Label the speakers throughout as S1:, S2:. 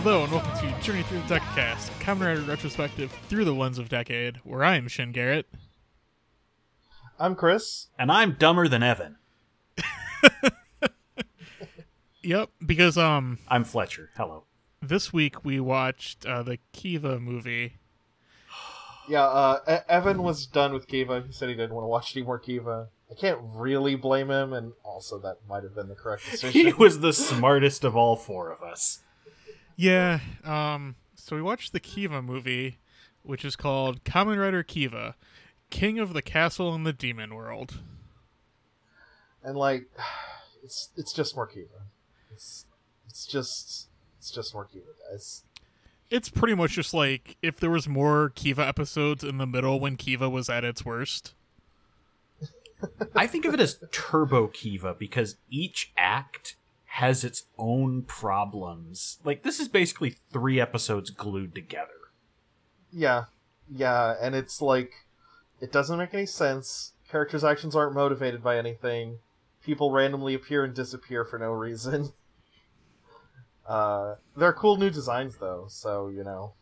S1: Hello and welcome to Journey Through the Decacast, a Kamen Rider retrospective through the lens of decade, where I am Shin Garrett.
S2: I'm Chris.
S3: and I'm dumber than Evan.
S1: Yep, because um
S3: I'm Fletcher. Hello.
S1: this week we watched uh, the Kiva movie.
S2: Yeah, uh, E- Evan was done with Kiva. He said he didn't want to watch any more Kiva. I can't really blame him, and also that might have been the correct
S3: He
S2: decision.
S3: was the smartest of all four of us.
S1: Yeah, um so we watched the Kiva movie, which is called Kamen Rider Kiva, King of the Castle in the Demon World.
S2: and like, it's it's just more Kiva. It's it's just it's just more Kiva, guys.
S1: It's pretty much just like if there was more Kiva episodes in the middle when Kiva was at its worst.
S3: I think of it as Turbo Kiva because each act has its own problems. Like, this is basically three episodes glued together.
S2: Yeah, yeah, and it's like it doesn't make any sense. Characters' actions aren't motivated by anything. People randomly appear and disappear for no reason. Uh, there are cool new designs though, so you know.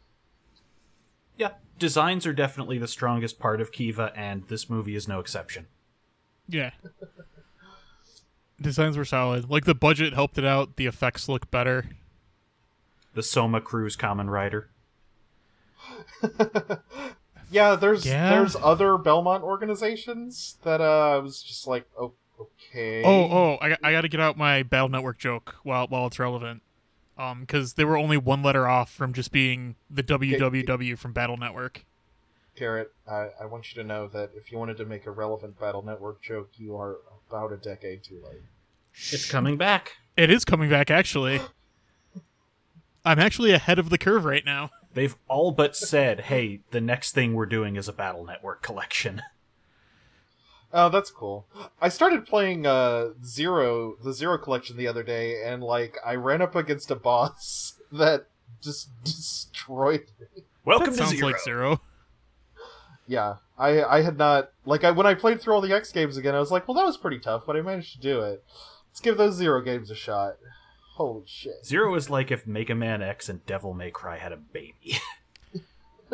S3: Yeah, designs are definitely the strongest part of Kiva, and this movie is no exception.
S1: Yeah. Designs were solid. Like the budget helped it out, the effects look better.
S3: The Soma Cruz Common Rider.
S2: Yeah, there's
S1: Yeah.
S2: there's other Belmont organizations that uh, I was just like, oh, okay.
S1: Oh, oh, I, got- I got to get out my Battle Network joke while while it's relevant. Um, because they were only one letter off from just being the WWW from Battle Network.
S2: Garrett, I, I want you to know that if you wanted to make a relevant Battle Network joke, you are about a decade too late.
S3: It's coming back.
S1: It is coming back, actually. I'm actually ahead of the curve right now.
S3: They've all but said, hey, the next thing we're doing is a Battle Network collection.
S2: Oh, that's cool. I started playing uh Zero, the Zero Collection the other day, and like I ran up against a boss that just destroyed
S3: Welcome
S1: that
S3: to
S1: sounds
S3: Zero.
S1: like zero.
S2: Yeah, I I had not like I when I played through all the X games again, I was like, well, that was pretty tough, but I managed to do it. Let's give those zero games a shot. Holy shit!
S3: Zero is like if Mega Man X and Devil May Cry had a baby.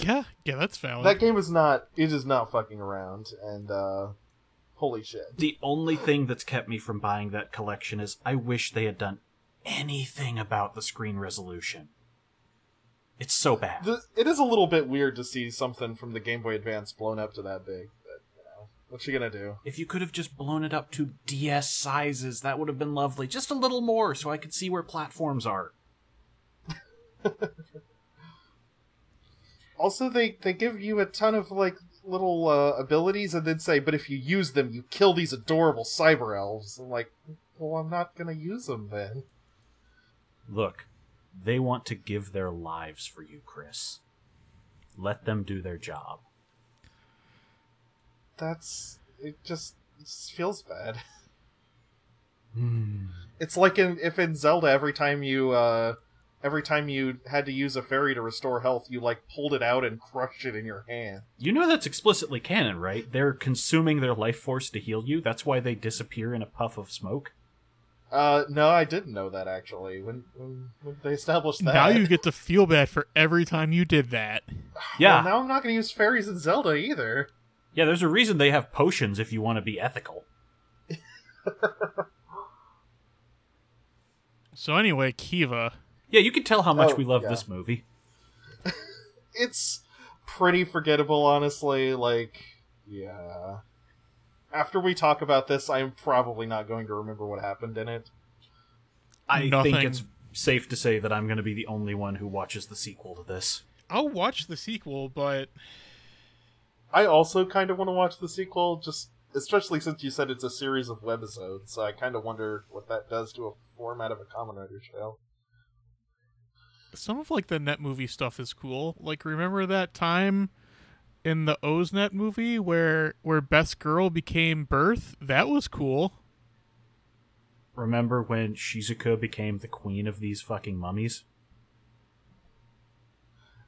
S1: Yeah, yeah, that's valid.
S2: That game is not it is not fucking around, and uh, holy shit!
S3: the only thing that's kept me from buying that collection is I wish they had done anything about the screen resolution. It's so bad.
S2: The, it is a little bit weird to see something from the Game Boy Advance blown up to that big, but you know, what you gonna do?
S3: if you could have just blown it up to DS sizes, that would have been lovely. Just a little more so I could see where platforms are.
S2: Also, they they give you a ton of like little uh, abilities, and then say, but if you use them, you kill these adorable cyber elves. I'm like, well, I'm not gonna use them then.
S3: Look, they want to give their lives for you, Chris. Let them do their job.
S2: that's it just, it just feels bad
S1: Hmm.
S2: it's like in if in zelda every time you uh every time you had to use a fairy to restore health you like pulled it out and crushed it in your hand
S3: You know that's explicitly canon, right? They're consuming their life force to heal you. That's why they disappear in a puff of smoke.
S2: uh no i didn't know that actually when when, when they established that
S1: now you get to feel bad for every time you did that.
S3: Yeah.
S2: well, now i'm not gonna use fairies in zelda either
S3: yeah, there's a reason they have potions if you want to be ethical.
S1: So anyway, Kiva.
S3: Yeah, you can tell how much
S2: Oh,
S3: we love
S2: yeah.
S3: this movie.
S2: it's pretty forgettable honestly like yeah after we talk about this i'm probably not going to remember what happened in it
S3: I
S1: Nothing.
S3: think it's safe to say that I'm going to be the only one who watches the sequel to this.
S1: I'll watch the sequel, but
S2: I also kind of want to watch the sequel, just especially since you said it's a series of webisodes. So I kind of wonder what that does to a format of a Kamen Rider show.
S1: some of like the net movie stuff is cool. Like remember that time in the O's net movie where where best girl became birth? That was cool.
S3: Remember when Shizuka became the queen of these fucking mummies?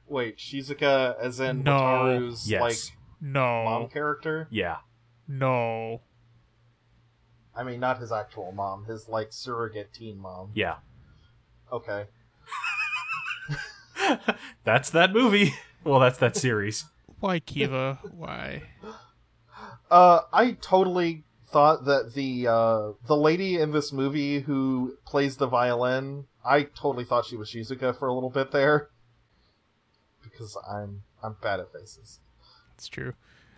S2: Wait, Shizuka as in
S1: No.
S2: Wataru's
S3: Yes. Oh.
S2: like
S1: No.
S2: mom character?
S3: Yeah.
S1: No.
S2: I mean, not his actual mom, his like surrogate teen mom.
S3: Yeah.
S2: Okay.
S3: that's that movie. Well, that's that series.
S1: Why Kiva? Why?
S2: Uh, I totally thought that the uh, the lady in this movie who plays the violin, I totally thought she was Shizuka for a little bit there, because I'm I'm bad at faces.
S1: It's true.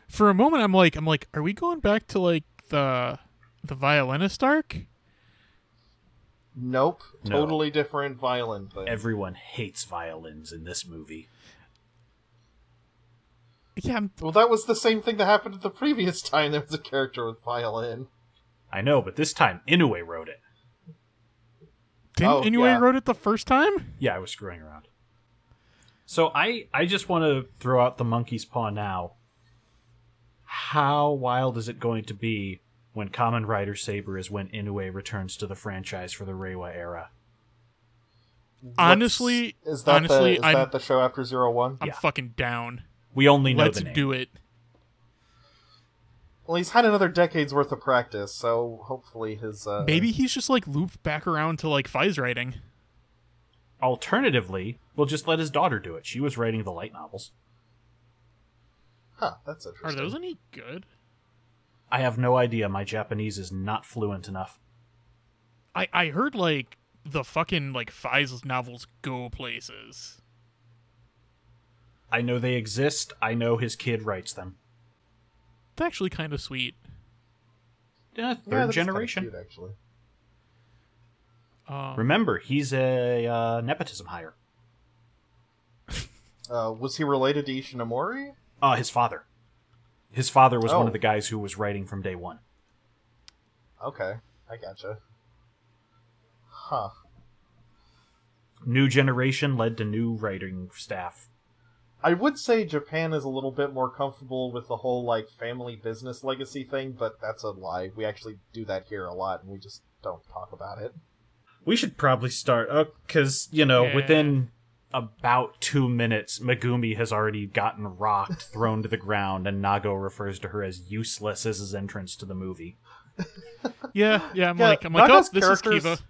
S1: For a moment, I'm like, I'm like, are we going back to like the the violinist arc?
S2: Nope,
S3: No.
S2: totally different violin thing.
S3: Everyone hates violins in this movie.
S1: Yeah, I'm,
S2: well, that was the same thing that happened at the previous time. There was a character with violin.
S3: I know, but this time Inoue wrote it.
S1: didn't
S2: Oh,
S1: anyone
S2: yeah.
S1: wrote it the first time?
S3: Yeah, I was screwing around. So I I just want to throw out the monkey's paw now. How wild is it going to be when Common Rider Saber is when Inoue returns to the franchise for the Reiwa era?
S2: What's-
S1: Honestly-
S2: is that
S1: honestly,
S2: the, is
S1: I'm-
S2: that the show after zero one?
S1: I'm
S3: Yeah.
S1: fucking down.
S3: We only know
S1: Let's
S3: the name.
S1: do it.
S2: Well, he's had another decade's worth of practice, so hopefully his uh,
S1: Maybe he's just like looped back around to like Fi's writing.
S3: Alternatively, we'll just let his daughter do it. She was writing the light novels.
S2: Huh, that's
S1: Are
S2: interesting.
S1: those any good?
S3: I have no idea. My Japanese is not fluent enough.
S1: I I heard like the fucking like Fi's novels go places.
S3: I know they exist. I know his kid writes them.
S1: It's actually kind of sweet.
S3: Yeah,
S2: Yeah,
S3: Eh, third
S2: that's kinda
S3: generation.
S2: cute, actually.
S1: Um,
S3: Remember, he's a uh, nepotism hire.
S2: Uh, was he related to Ishinomori?
S3: Uh, his father. His father was one
S2: Oh.
S3: of the guys who was writing from day one.
S2: Okay, I gotcha. Huh.
S3: New generation led to new writing staff.
S2: I would say Japan is a little bit more comfortable with the whole like family business legacy thing, but that's a lie. We actually do that here a lot, and we just don't talk about it.
S3: We should probably start, because, you know,
S1: Yeah.
S3: within about two minutes, Megumi has already gotten rocked, thrown to the ground, and Nago refers to her as useless as his entrance to the movie.
S1: Yeah, yeah. I'm
S2: Yeah,
S1: like, I'm like, oh,
S2: Naga's
S1: this is
S2: characters-
S1: Kiva.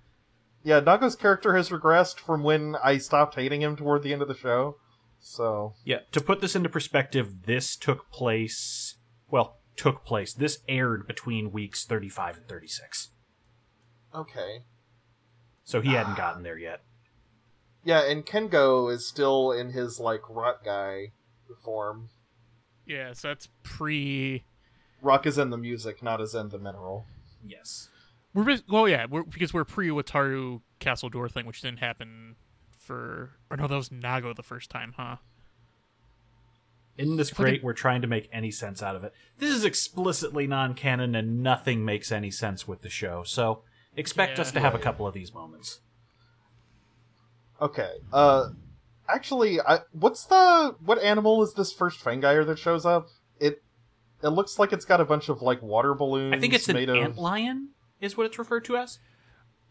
S2: Yeah, Nago's character has regressed from when I stopped hating him toward the end of the show. So
S3: Yeah, to put this into perspective, this took place, well, took place. This aired between weeks 35 and 36.
S2: okay.
S3: So he hadn't gotten there yet.
S2: Yeah, and Kengo is still in his like rock guy form.
S1: Yeah, so that's pre.
S2: Rock is in the music, not as in the mineral.
S3: Yes.
S1: We're bas- well, yeah, we're, because we're pre Wataru Castle Door thing, which didn't happen for. Or no, that was Nago the first time, huh?
S3: Isn't this
S1: Fucking-
S3: great? We're trying to make any sense out of it. This is explicitly non canon and nothing makes any sense with the show, so expect
S1: Yeah.
S3: us to have a couple of these moments.
S2: Okay. Uh, actually, I what's the what animal is this first Fangier that shows up? It it looks like it's got a bunch of like water balloons.
S3: I think it's an
S2: made of
S3: antlion, is what it's referred to as.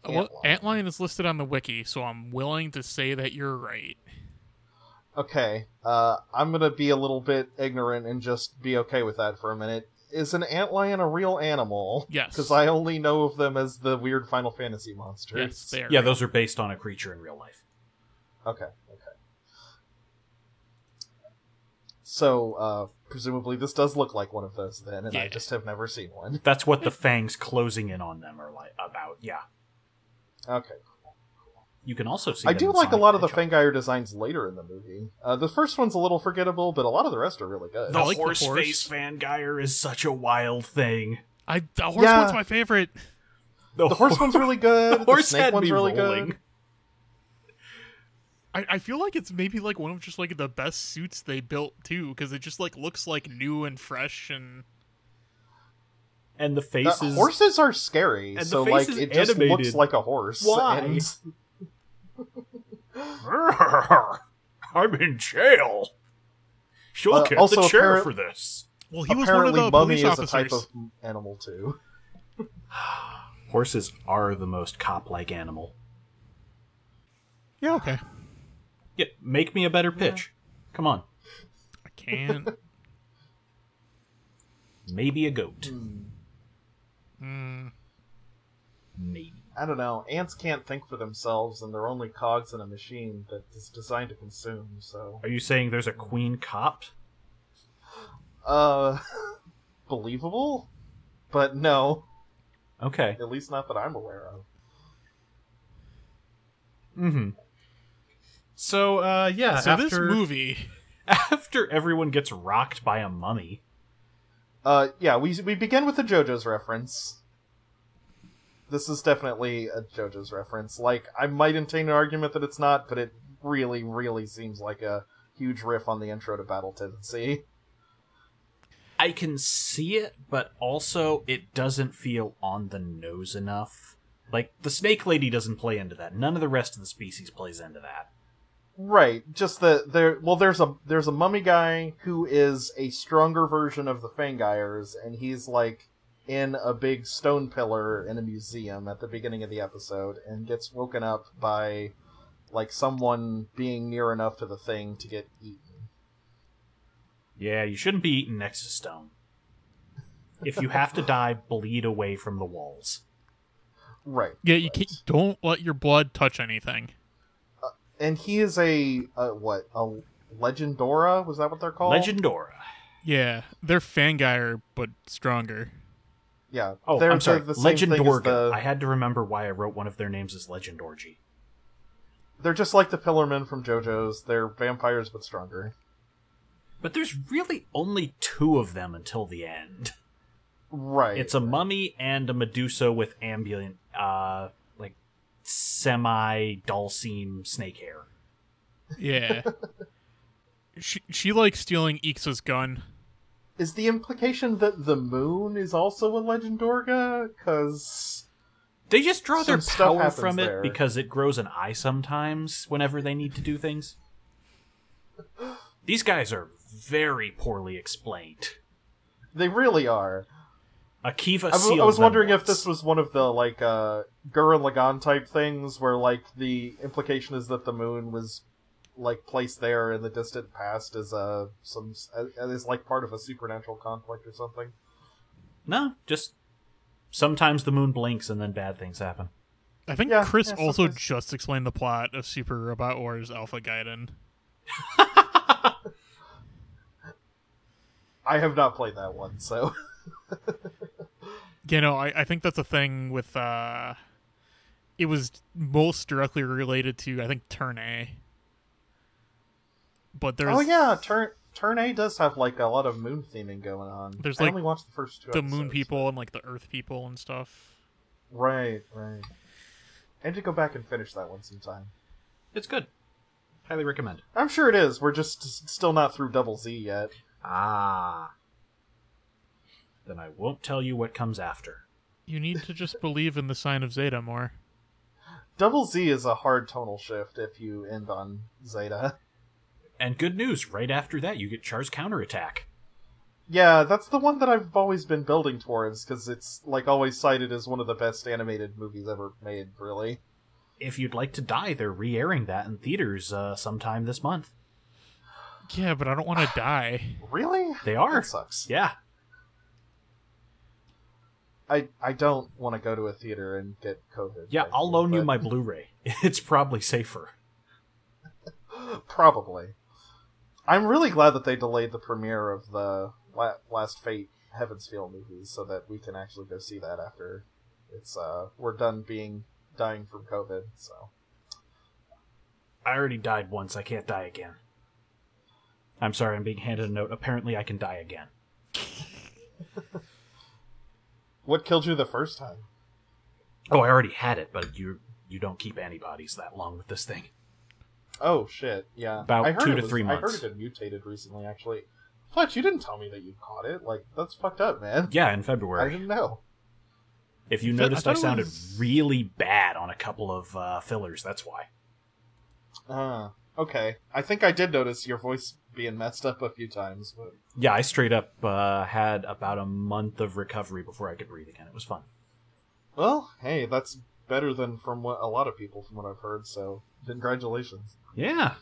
S1: Uh, Well,
S2: Antlion.
S1: Antlion is listed on the wiki, so I'm willing to say that you're right.
S2: Okay. Uh, I'm gonna be a little bit ignorant and just be okay with that for a minute. Is an antlion a real animal?
S1: Yes.
S2: Because I only know of them as the weird Final Fantasy monsters.
S1: Yes, they are.
S3: Yeah, those are based on a creature in real life.
S2: Okay, okay. So, uh, presumably this does look like one of those then, and I
S1: Yeah.
S2: just have never seen one.
S3: That's what the fangs closing in on them are like about. Yeah.
S2: Okay.
S3: You can also see
S2: I
S3: them
S2: do
S3: in
S2: like a
S3: Sonic
S2: lot of the
S3: Hedgehog.
S2: Fangier designs later in the movie. Uh, the first one's a little forgettable, but a lot of the rest are really good.
S1: I like the
S3: horse
S1: horse.
S3: face fangire is such a wild thing.
S1: I the horse
S2: Yeah.
S1: one's my favorite.
S2: The horse
S3: hor-
S2: one's really good.
S3: the horse
S2: snake
S3: had
S2: one's
S3: me
S2: really
S3: rolling.
S2: good.
S1: I, I feel like it's maybe like one of just like the best suits they built too, because it just like looks like new and fresh and
S3: And the
S2: Uh,
S3: faces
S2: horses are scary,
S3: And the
S2: so
S3: face
S2: like
S3: is
S2: it just
S3: animated.
S2: looks like a horse.
S3: Why?
S2: and-
S3: I'm in jail. She'll
S2: Uh,
S3: get
S2: also
S3: the chair
S2: apparent-
S3: for this.
S1: well, he was one of
S2: apparently,
S1: the
S2: mummy
S1: police
S2: is
S1: officers.
S2: a type of animal too.
S3: Horses are the most cop-like animal.
S1: Yeah, okay.
S3: Yeah, make me a better pitch. Come on,
S1: I can't.
S3: maybe a goat.
S1: Mm.
S3: Maybe.
S2: I don't know. Ants can't think for themselves, and they're only cogs in a machine that is designed to consume. So,
S3: Are you saying there's a queen cop?
S2: uh, believable, but no,
S3: Okay.
S2: at least not that I'm aware of.
S3: Mm-hmm. So uh, yeah,
S1: so
S3: after,
S1: this movie,
S3: after everyone gets rocked by a mummy,
S2: Uh, yeah, we we begin with a JoJo's reference. This is definitely a JoJo's reference. Like, I might entertain an argument that it's not, but it really, really seems like a huge riff on the intro to Battle Tendency.
S3: I can see it, but also it doesn't feel on the nose enough. Like the snake lady doesn't play into that. None of the rest of the species plays into that.
S2: Right, just that there. Well, there's a there's a mummy guy who is a stronger version of the Fangires, and he's like in a big stone pillar in a museum at the beginning of the episode, and gets woken up by like someone being near enough to the thing to get eaten.
S3: Yeah, you shouldn't be eating next to stone. If you have to die, bleed away from the walls.
S2: Right,
S1: yeah, you can't, don't let your blood touch anything.
S2: and he is a, a what a Legendora? Was that what they're called?
S3: Legendora.
S1: Yeah, they're Fangire but stronger.
S2: Yeah.
S3: Oh,
S2: they're,
S3: I'm sorry.
S2: they're the same thing as
S3: Legendorga.
S2: the-
S3: I had to remember why I wrote one of their names as Legendorgy.
S2: They're just like the Pillarmen from JoJo's. They're vampires but stronger.
S3: But there's really only two of them until the end.
S2: Right.
S3: It's a mummy and a Medusa with ambulent, uh, like semi dulcine snake hair.
S1: Yeah. she she likes stealing Ixa's gun.
S2: Is the implication that the moon is also a Legendorga? Because
S3: They just draw their
S2: Some stuff
S3: power
S2: happens
S3: from it
S2: there.
S3: because it grows an eye sometimes whenever they need to do things. These guys are very poorly explained.
S2: they really are.
S3: Akiva
S2: I was-
S3: seals
S2: I was
S3: them
S2: wondering if
S3: once.
S2: this was one of the like uh, Gurren Lagann type things, where like the implication is that the moon was like placed there in the distant past as a some as like part of a supernatural conflict or something.
S3: No, just sometimes the moon blinks and then bad things happen.
S1: I think
S2: Yeah,
S1: Chris
S2: yeah,
S1: also
S2: sometimes.
S1: just explained the plot of Super Robot Wars Alpha Gaiden.
S2: I have not played that one, so
S1: You know, I, I think that's a thing with uh it was most directly related to I think Turn A. But there's
S2: oh yeah, turn turn A does have like a lot of moon theming going on.
S1: There's,
S2: I
S1: like,
S2: only watched the first two.
S1: the moon
S2: episodes.
S1: people and like the earth people and stuff.
S2: Right, right. And to go back and finish that one sometime.
S3: It's good. Highly recommend.
S2: I'm sure it is. We're just s- still not through Double Z yet.
S3: Ah. Then I won't tell you what comes after.
S1: You need to just believe in the sign of Zeta more.
S2: Double Z is a hard tonal shift if you end on Zeta.
S3: And good news, right after that, you get Char's counterattack.
S2: Yeah, that's the one that I've always been building towards because it's like always cited as one of the best animated movies ever made. Really,
S3: If you'd like to die, they're re airing that in theaters uh, sometime this month.
S1: Yeah, but I don't want to die.
S2: really,
S3: They are.
S2: That sucks.
S3: Yeah.
S2: I I don't want to go to a theater and get COVID.
S3: Yeah,
S2: frankly,
S3: I'll loan you
S2: but-
S3: my Blu ray. It's probably safer.
S2: Probably. I'm really glad that they delayed the premiere of the La- Last Fate Heavensfield movies so that we can actually go see that after it's uh we're done being dying from COVID. So
S3: I already died once. I can't die again. I'm sorry, I'm being handed a note. Apparently, I can die again.
S2: what killed you the first time?
S3: Oh, I already had it, but you you don't keep antibodies that long with this thing.
S2: Oh shit! Yeah,
S3: About
S2: I heard
S3: two
S2: it
S3: to
S2: was-
S3: three
S2: I
S3: months.
S2: heard it had mutated recently. Actually, Fletch, you didn't tell me that you caught it. Like that's fucked up, man.
S3: Yeah, in
S2: I
S3: February.
S2: didn't know.
S3: If you
S1: I thought- I
S3: noticed, I,
S1: thought it
S3: sounded
S1: was-
S3: really bad on a couple of uh, fillers. That's why.
S2: Uh, okay, I think I did notice your voice being messed up a few times, but
S3: Yeah, I straight up uh, had about a month of recovery before I could breathe again. It was fun.
S2: Well, hey, that's better than from what a lot of people, from what I've heard. So, congratulations.
S3: Yeah,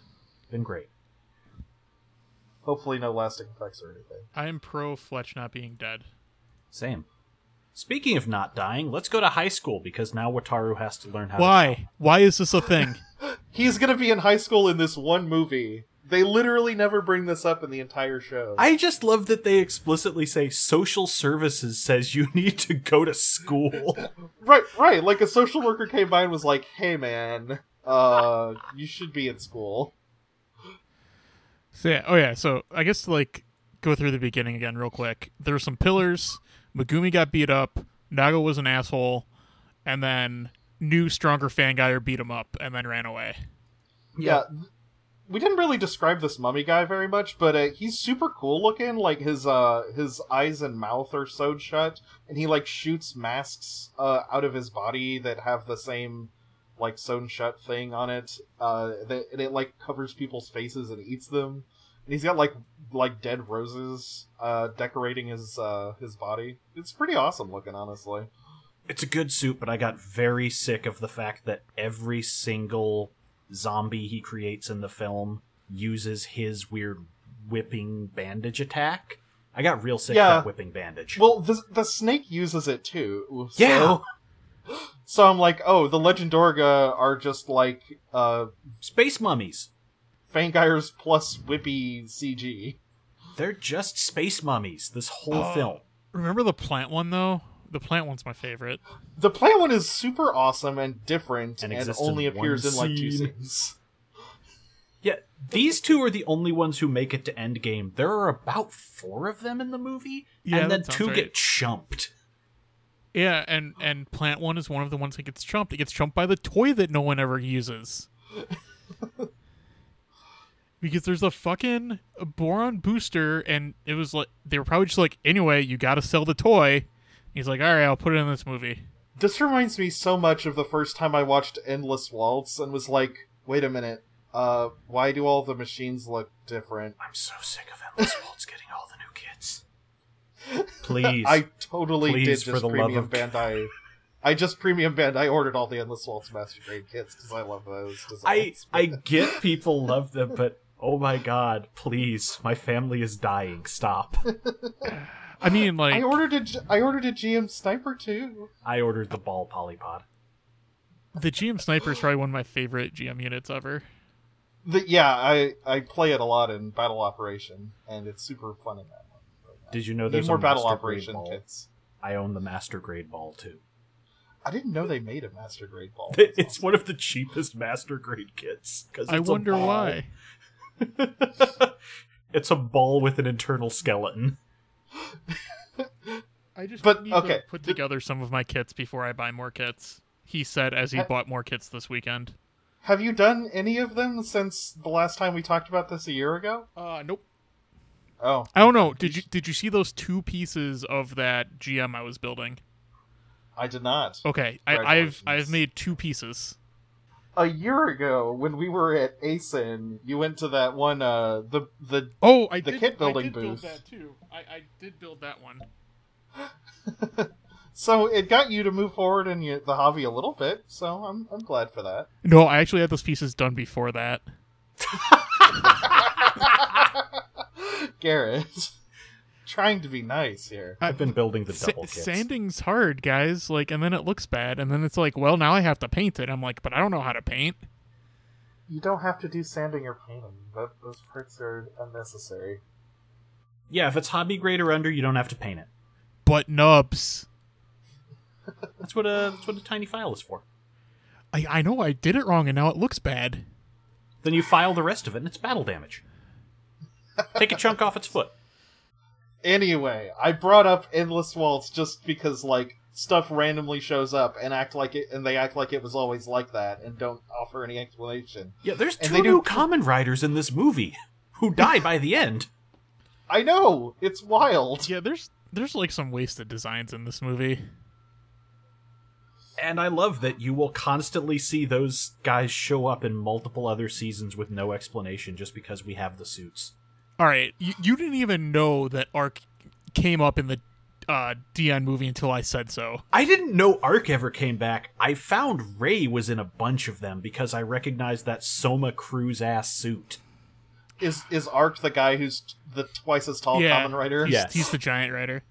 S3: been great.
S2: Hopefully, no lasting effects or anything.
S1: I am pro Fletch not being dead.
S3: Same. Speaking of not dying, let's go to high school because now Wataru has to learn how. To
S1: Why? Why is this a thing?
S2: He's gonna be in high school in this one movie. They literally never bring this up in the entire show.
S3: I just love that they explicitly say social services says you need to go to school.
S2: Right, right. Like a social worker came by and was like, "Hey, man, uh, you should be at school."
S1: So yeah, oh yeah. So I guess to like go through the beginning again real quick. There were some pillars. Megumi got beat up. Nago was an asshole, and then new stronger fan guy or beat him up and then ran away.
S2: Yeah. th- We didn't really describe this mummy guy very much, but uh, he's super cool looking. Like his uh, his eyes and mouth are sewed shut, and he like shoots masks uh, out of his body that have the same like sewn shut thing on it. Uh, that and it like covers people's faces and eats them. And he's got like like dead roses uh, decorating his uh, his body. It's pretty awesome looking, honestly.
S3: It's a good suit, but I got very sick of the fact that every single zombie he creates in the film uses his weird whipping bandage attack. I got real sick
S2: Yeah.
S3: of that whipping bandage.
S2: Well, the the snake uses it too. So,
S3: Yeah.
S2: So I'm like, oh, the Legendorga are just like uh
S3: Space mummies.
S2: Fangir's plus whippy CG.
S3: They're just space mummies this whole
S1: Oh.
S3: film.
S1: Remember the plant one though? The plant one's my favorite.
S2: The plant one is super awesome and different
S3: And
S2: and,
S3: exists
S2: only
S3: in one
S2: appears in like two
S3: scene.
S2: scenes.
S3: Yeah, these two are the only ones who make it to Endgame. There are about four of them in the movie,
S1: Yeah,
S3: and then
S1: that sounds
S3: two
S1: right.
S3: get chumped.
S1: Yeah, and and plant one is one of the ones that gets chumped. It gets chumped by the toy that no one ever uses. because there's a fucking boron booster, and it was like they were probably just like, anyway, you got to sell the toy. He's like, all right, I'll put it in this movie.
S2: This reminds me so much of the first time I watched Endless Waltz and was like, wait a minute, uh, why do all the machines look different?
S3: I'm so sick of Endless Waltz getting all the new kids. Please,
S2: I totally
S3: Please,
S2: did just
S3: for the love
S2: premium
S3: of-
S2: Bandai. I just premium Bandai ordered all the Endless Waltz Master Grade kits because I love those
S3: I,
S2: designs.
S3: I get people love them, but oh my god, please, my family is dying. Stop.
S1: I mean, like,
S2: I ordered a G- I ordered a GM Sniper too.
S3: I ordered the ball polypod.
S1: the GM Sniper is probably one of my favorite GM units ever.
S2: The, yeah, I I play it a lot in Battle Operation, and it's super fun in that one.
S3: Did you know
S2: Need
S3: there's
S2: more
S3: a
S2: Battle
S3: Master Grade
S2: Operation
S3: ball?
S2: kits.
S3: I own the Master Grade ball too.
S2: I didn't know they made a Master Grade Ball. That's
S3: It's one of the cheapest Master Grade kits. 'cause
S1: I
S3: it's a
S1: wonder
S3: ball.
S1: why.
S3: it's a ball with an internal skeleton.
S1: I just
S2: But,
S1: need
S2: okay.
S1: to put together some of my kits before I buy more kits. He said as he
S2: Uh,
S1: bought more kits this weekend.
S2: Have you done any of them since the last time we talked about this a year ago?
S1: Uh, nope.
S2: Oh,
S1: I don't know. Did you did you see those two pieces of that GM I was building?
S2: I did not.
S1: Okay, I, I've
S2: Congratulations.
S1: I've made two pieces.
S2: A year ago, when we were at ASIN, you went to that one, uh, the, the,
S1: Oh, I
S2: The
S1: did,
S2: kit
S1: I
S2: building
S1: did build
S2: booth.
S1: that too. I, I did build that one.
S2: so it got you to move forward in your, the hobby a little bit, so I'm, I'm glad for that.
S1: No, I actually had those pieces done before that.
S2: Garrett, trying to be nice here.
S3: I've been building the double
S1: Sa-
S3: kits.
S1: sanding's hard, guys. Like, and then it looks bad, and then it's like, well, now I have to paint it. I'm like, but I don't know how to paint.
S2: You don't have to do sanding or painting, that, those parts are unnecessary.
S3: yeah, if it's hobby grade or under, you don't have to paint it.
S1: But nubs.
S3: That's what a that's what a tiny file is for.
S1: I I know I did it wrong, and now it looks bad.
S3: Then you file the rest of it, and it's battle damage. Take a chunk off its foot.
S2: Anyway, I brought up Endless Waltz just because like stuff randomly shows up and act like it and they act like it was always like that and don't offer any explanation.
S3: Yeah, there's
S2: And
S3: two
S2: they do-
S3: new common riders in this movie who die by the end.
S2: I know, it's wild.
S1: Yeah, there's there's like some wasted designs in this movie.
S3: And I love that you will constantly see those guys show up in multiple other seasons with no explanation just because we have the suits.
S1: All right, you, you didn't even know that Ark came up in the uh, Dion movie until I said so.
S3: I didn't know Ark ever came back. I found Ray was in a bunch of them because I recognized that Soma Cruise ass suit.
S2: Is is Ark the guy who's t- the twice as tall
S1: yeah,
S2: common writer?
S1: He's,
S3: Yes.
S1: he's the giant writer.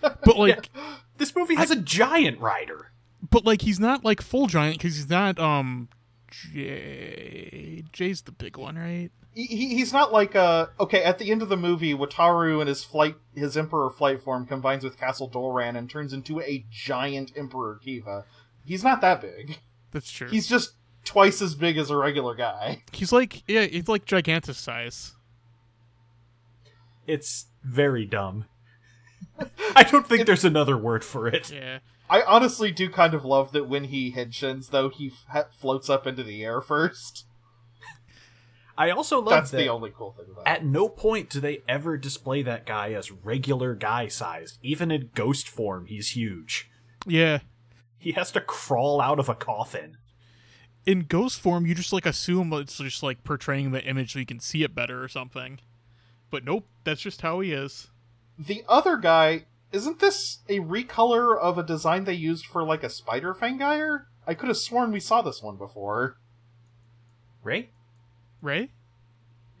S1: But like,
S3: This movie has a giant rider.
S1: but like, he's not like full giant because he's not um, Jay. Jay's the big one, right?
S2: He, he- he's not like uh okay at the end of the movie wataru and his flight his emperor flight form combines with castle doran and turns into a giant emperor kiva he's not that big
S1: That's true.
S2: he's just twice as big as a regular guy
S1: He's like yeah, he's like gigantic size.
S3: It's very dumb. I don't think there's another word for it.
S1: Yeah.
S2: i honestly do kind of love that when he headshins though he f- floats up into the air first
S3: I also love
S2: that's
S3: that
S2: the only cool thing about it
S3: at no point do they ever display that guy as regular guy sized. Even in ghost form, he's huge.
S1: Yeah.
S3: He has to crawl out of a coffin.
S1: In ghost form, you just like assume it's just like portraying the image so you can see it better or something. But nope, that's just how he is.
S2: the other guy isn't this a recolor of a design they used for like a spider fangire i could have sworn we saw this one before
S3: Right?
S1: Right?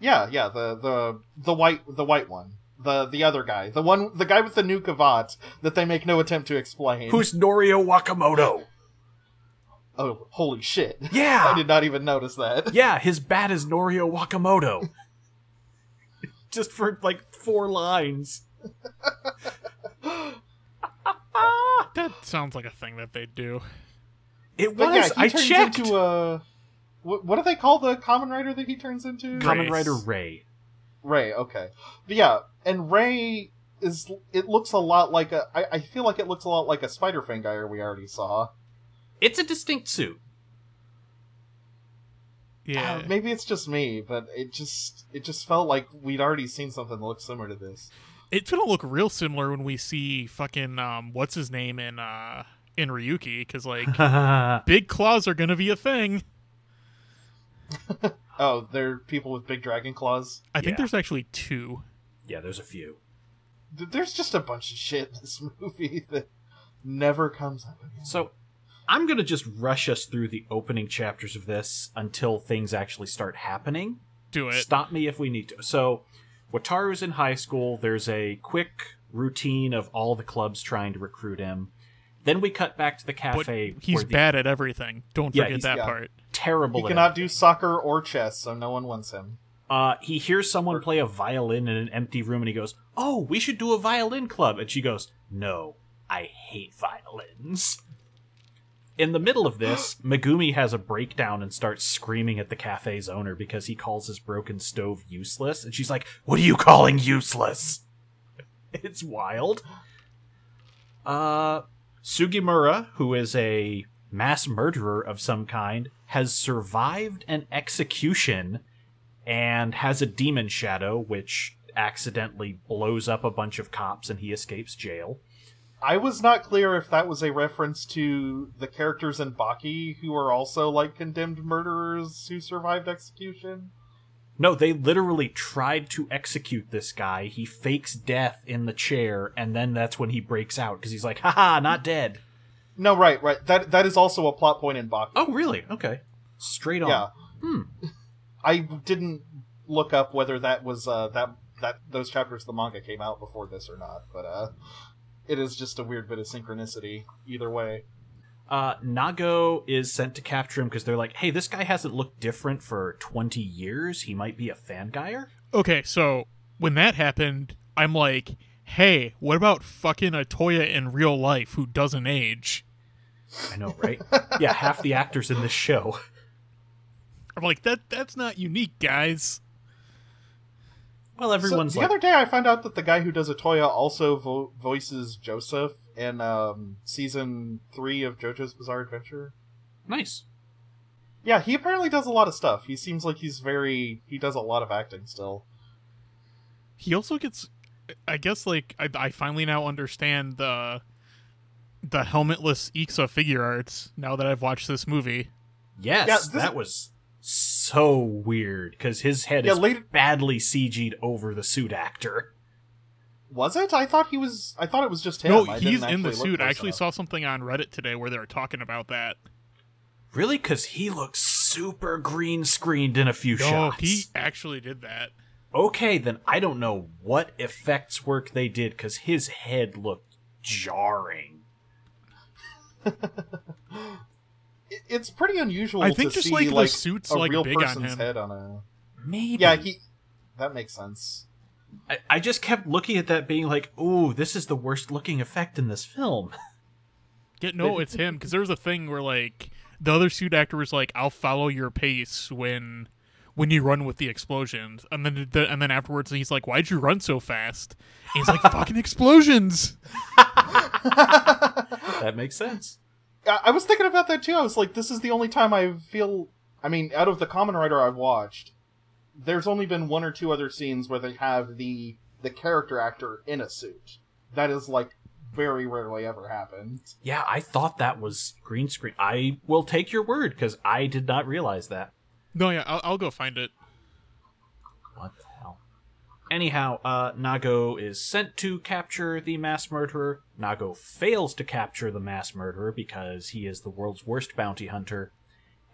S2: Yeah, yeah, the the the white the white one. The the other guy. The one the guy with the new cavat that they make no attempt to explain.
S3: Who's Norio Wakamoto?
S2: Oh, holy shit. I
S3: Yeah!
S2: did not even notice that.
S3: Yeah, his bat is Norio Wakamoto. Just for like four lines.
S1: That sounds like a thing that they do.
S3: It
S2: But
S3: was.
S2: yeah, he
S3: I
S2: turns
S3: checked.
S2: into a what, what do they call the common writer that he turns into?
S1: Ray.
S3: Common Rider Ray.
S2: Ray, okay. But yeah, and Ray is it looks a lot like a I, I feel like it looks a lot like a spider fangire we already saw.
S3: It's a distinct suit.
S1: Yeah.
S3: Oh,
S2: Uh, maybe it's just me, but it just it just felt like we'd already seen something that looked similar to this.
S1: It's gonna look real similar when we see fucking um what's his name in uh in Ryuki, because like big claws are gonna be a thing.
S2: Oh, they're people with big dragon claws.
S1: I think
S3: Yeah.
S1: there's actually two.
S3: yeah, there's a few.
S2: Th- There's just a bunch of shit in this movie that never comes up. again.
S3: So I'm going to just rush us through the opening chapters of this until things actually start happening.
S1: Do it.
S3: Stop me if we need to. So Wataru's in high school. There's a quick routine of all the clubs trying to recruit him. Then we cut back to the
S1: But
S3: cafe.
S1: he's
S3: where the
S1: bad at everything. Don't
S3: Yeah,
S1: forget
S3: he's-
S1: that
S2: yeah.
S1: part.
S3: Terrible.
S2: He
S3: at
S2: cannot do soccer or chess, so no one wants him.
S3: Uh, he hears someone play a violin in an empty room and he goes, Oh, we should do a violin club. And she goes, No, I hate violins. In the middle of this, Megumi has a breakdown and starts screaming at the cafe's owner because he calls his broken stove useless. And she's like, What are you calling useless? It's wild. Uh, Sugimura, who is a mass murderer of some kind, has survived an execution and has a demon shadow which accidentally blows up a bunch of cops and he escapes jail.
S2: I was not clear if that was a reference to the characters in Baki who are also like condemned murderers who survived execution.
S3: No, they literally tried to execute this guy. He fakes death in the chair and then that's when he breaks out because he's like, haha, not dead.
S2: No, right, right. That that is also a plot point in Baki.
S3: Oh, really? Okay. Straight on.
S2: yeah.
S3: Hmm.
S2: I didn't look up whether that was uh, that that those chapters of the manga came out before this or not, but uh, it is just a weird bit of synchronicity either way.
S3: Uh, Nago is sent to capture him because they're like, hey, this guy hasn't looked different for 20 years. He might be a fangire.
S1: Okay, so when that happened, I'm like, hey, what about fucking Atoya in real life who doesn't age?
S3: I know, right? yeah, half the actors in this show.
S1: I'm like, that that's not unique, guys.
S3: Well, everyone's
S2: so, the
S3: like,
S2: other day, I found out that the guy who does Atoya also vo- voices Joseph in um, season three of JoJo's Bizarre Adventure.
S3: nice.
S2: Yeah, he apparently does a lot of stuff. He seems like he's very he does a lot of acting still.
S1: He also gets I guess like I, I finally now understand the the helmetless Ixa figure arts now that I've watched this movie.
S3: Yes,
S2: Yeah, this-
S3: that was so weird because his head
S2: Yeah,
S3: is
S2: later-
S3: badly CG'd over the suit actor.
S2: Was it? I thought he was. I thought it was just him.
S1: no,
S2: I
S1: he's
S2: didn't
S1: in the
S2: actually look
S1: suit. I
S2: close
S1: actually
S2: enough.
S1: saw something on Reddit today where they were talking about that.
S3: Really, because he looks super green screened in a few
S1: No,
S3: shots.
S1: he actually did that.
S3: Okay, then I don't know what effects work they did because his head looked jarring.
S2: It- It's pretty unusual.
S1: I think
S2: to
S1: just,
S2: see,
S1: like,
S2: like,
S1: the suit's,
S2: a
S1: like,
S2: real
S1: big on
S2: person's
S1: him.
S2: head on a.
S3: Maybe.
S2: Yeah, he. That makes sense.
S3: I, I just kept looking at that, being like, "Ooh, this is the worst looking effect in this film."
S1: Yeah, no, it's him because there was a thing where like the other suit actor was like, "I'll follow your pace when when you run with the explosions," and then the, and then afterwards he's like, "Why'd you run so fast?" And he's like, "Fucking explosions!"
S3: that makes sense.
S2: I, I was thinking about that too. I was like, this is the only time I feel. I mean, out of the Common Writer I've watched, there's only been one or two other scenes where they have the the character actor in a suit. That is like very rarely ever happened.
S3: Yeah, I thought that was green screen. I will take your word because I did not realize that.
S1: No, yeah, I'll, I'll go find it.
S3: What the hell? Anyhow, uh, Nago is sent to capture the mass murderer. Nago fails to capture the mass murderer because he is the world's worst bounty hunter.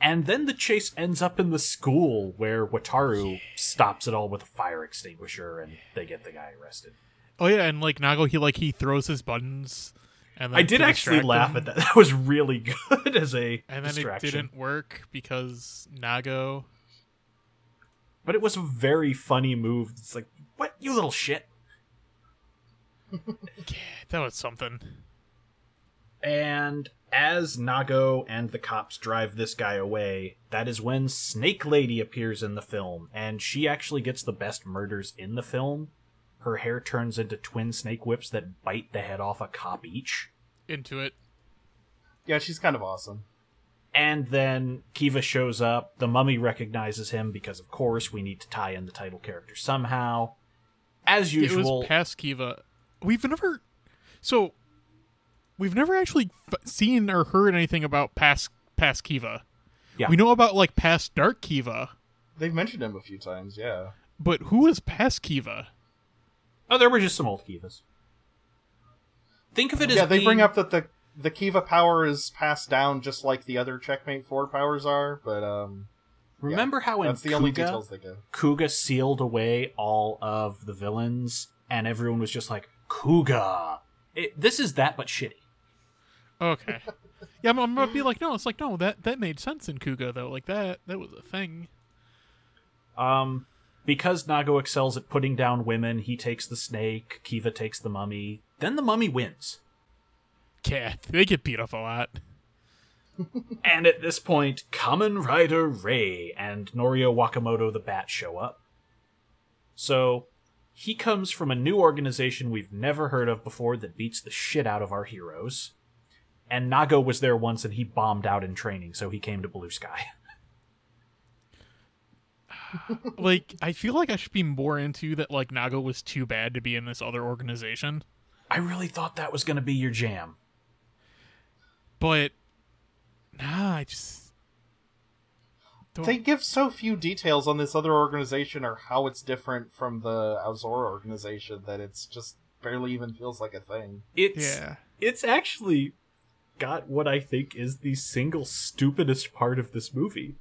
S3: And then the chase ends up in the school where Wataru stops it all with a fire extinguisher and they get the guy arrested.
S1: Oh yeah, and like Nago, he like he throws his buttons, and then
S3: I did
S1: to
S3: actually
S1: distract
S3: laugh
S1: him,
S3: at that. That was really good as a
S1: and then it
S3: distraction.
S1: didn't work because Nago.
S3: But it was a very funny move. It's like, what, you little shit?
S1: That was something.
S3: And as Nago and the cops drive this guy away, that is when Snake Lady appears in the film, and she actually gets the best murders in the film. Her hair turns into twin snake whips that bite the head off a cop each.
S1: Into it.
S2: Yeah, she's kind of awesome.
S3: And then Kiva shows up. The mummy recognizes him because, of course, we need to tie in the title character somehow. As
S1: It
S3: usual,
S1: was past Kiva. We've never, so we've never actually f- seen or heard anything about past past Kiva.
S3: Yeah.
S1: We know about like past Dark Kiva,
S2: They've mentioned him a few times. Yeah,
S1: but who is past Kiva?
S3: oh, there were just some old Kivas. Think of it as
S2: yeah. They
S3: being-
S2: bring up that the the Kiva power is passed down just like the other Checkmate Ford powers are, but um, yeah,
S3: Remember how in
S2: that's the only
S3: Oh, Kuga-
S2: details they give.
S3: Kuga sealed away all of the villains, and everyone was just like, Kuga. It, this is that, but shitty.
S1: Okay. yeah, I'm, I'm gonna be like, no, it's like no, that that made sense in Kuga though. Like that that was a thing.
S3: Um, because Nago excels at putting down women, he takes the snake, Kiva takes the mummy. Then the mummy wins.
S1: Yeah, they get beat up a lot.
S3: And at this point, Kamen Rider Ray and Norio Wakamoto the Bat show up. So, he comes from a new organization we've never heard of before that beats the shit out of our heroes. And Nago was there once and he bombed out in training, so he came to Blue Sky.
S1: like I feel like I should be more into that. Like Nago was too bad to be in this other organization.
S3: I really thought that was going to be your jam.
S1: but nah, I just don't.
S2: They give so few details on this other organization or how it's different from the Alzora organization that it's just barely even feels like a thing.
S3: It's
S1: yeah,
S3: it's actually got what I think is the single stupidest part of this movie.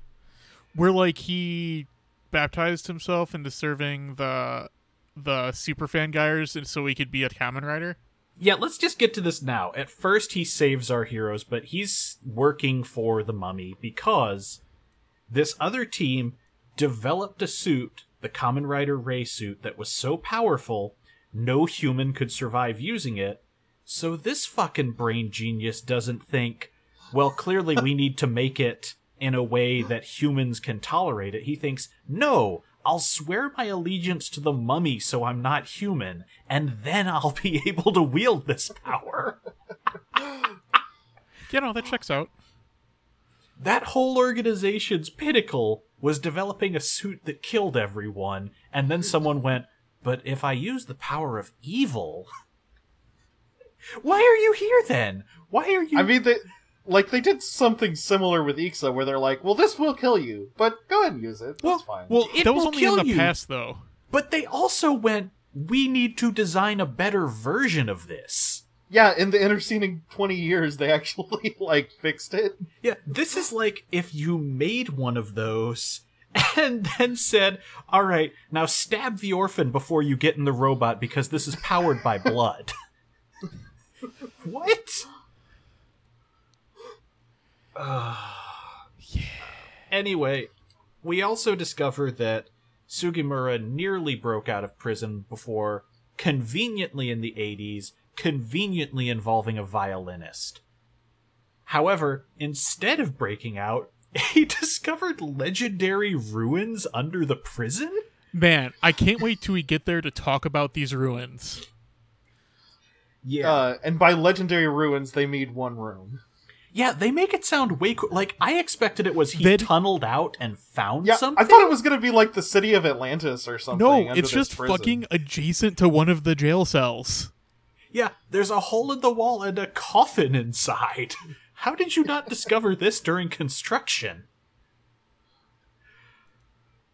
S1: where like he baptized himself into serving the the superfan guys, and so he could be a common rider.
S3: Yeah, let's just get to this now. At first, he saves our heroes, but he's working for the mummy because this other team developed a suit, the Common Rider Ray suit, that was so powerful, no human could survive using it. So this fucking brain genius doesn't think, well, clearly we need to make it in a way that humans can tolerate it. He thinks, no, I'll swear my allegiance to the mummy so I'm not human, and then I'll be able to wield this power.
S1: You know that checks out.
S3: That whole organization's pinnacle was developing a suit that killed everyone, and then someone went, But if I use the power of evil. Why are you here then? Why are you.
S2: I mean, they like they did something similar with Ixa, where they're like, "Well, this will kill you, but go ahead and use it. That's
S3: Well-
S2: fine."
S1: Well,
S3: It
S1: that was
S3: will
S1: only
S3: kill
S1: in the
S3: you.
S1: past though.
S3: but they also went, We need to design a better version of this.
S2: yeah, in the interceding twenty years, they actually like fixed it.
S3: Yeah, this is like if you made one of those and then said, All right, now stab the orphan before you get in the robot because this is powered by blood. what? Anyway, we also discover that Sugimura nearly broke out of prison before, conveniently in the 80s, conveniently involving a violinist. However, instead of breaking out, he discovered legendary ruins under the prison?
S1: Man, I can't wait till we get there to talk about these ruins.
S3: Yeah.
S2: Uh, and by legendary ruins, they mean one room.
S3: yeah, they make it sound way cool. Like, I expected it was he
S1: They-
S3: tunneled out and found
S2: Yeah,
S3: something.
S2: I thought it was gonna be like the city of Atlantis or something.
S1: No,
S2: under
S1: it's
S2: this
S1: just
S2: prison.
S1: fucking adjacent to one of the jail cells.
S3: Yeah, there's a hole in the wall and a coffin inside. How did you not discover this during construction?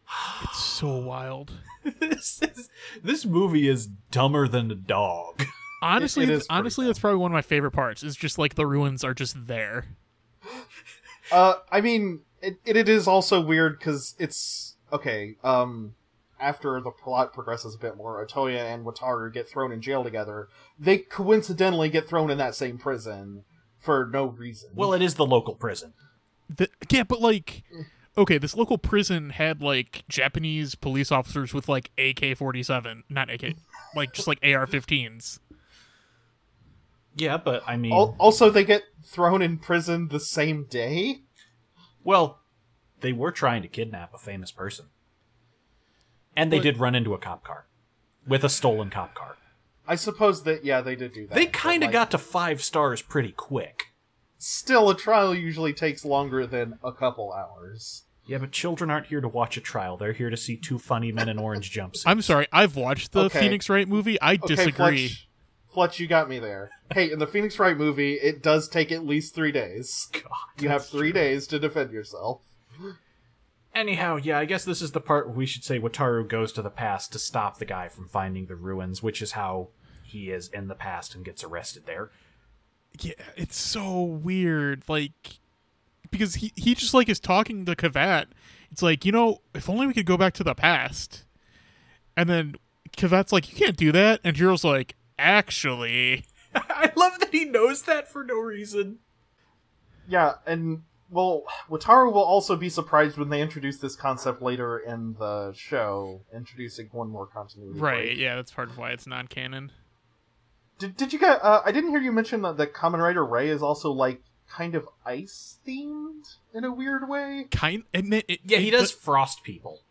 S1: It's so wild.
S3: This is this movie is dumber than a dog.
S1: Honestly,
S2: it
S1: th-
S2: is pretty
S1: honestly, that's probably one of my favorite parts. Is just like the ruins are just there.
S2: Uh, I mean, it, it, it is also weird because it's okay. Um, after the plot progresses a bit more, Otoya and Wataru get thrown in jail together. They coincidentally get thrown in that same prison for no reason.
S3: Well, it is the local prison.
S1: The, yeah, but like, okay, this local prison had like Japanese police officers with like AK forty seven, not AK, like just like AR fifteens.
S3: Yeah, but I mean,
S2: Al- also they get thrown in prison the same day.
S3: well, they were trying to kidnap a famous person, and they
S1: But-
S3: did run into a cop car with a stolen cop car.
S2: I suppose that yeah, they did do that.
S3: They
S2: but,
S3: kind of
S2: like,
S3: got to five stars pretty quick.
S2: Still, a trial usually takes longer than a couple hours.
S3: Yeah, but children aren't here to watch a trial. They're here to see two funny men in orange jumpsuits.
S1: I'm sorry, I've watched the
S2: Okay.
S1: Phoenix Wright movie. I disagree.
S2: Fletch, Fletch, you got me there. Hey, in the Phoenix Wright movie, it does take at least three days.
S3: God,
S2: You have
S3: that's
S2: three days to defend yourself.
S3: Anyhow, yeah, I guess this is the part where we should say Wataru goes to the past to stop the guy from finding the ruins, which is how he is in the past and gets arrested there.
S1: Yeah, it's so weird. Like, because he he just like is talking to Kavat. It's like you know, if only we could go back to the past. And then Kavat's like, "You can't do that," and Jiro's like, "Actually."
S3: I love that he knows that for no reason.
S2: Yeah, and well, Wataru will also be surprised when they introduce this concept later in the show, introducing one more continuity.
S1: Right.
S2: break.
S1: Yeah, that's part of why it's non canon.
S2: Did, did you get? Uh, I didn't hear you mention that the Common Rider Ray is also like kind of ice themed in a weird way.
S1: Kind. And it, it-
S3: Yeah, he
S1: it-
S3: does frost people.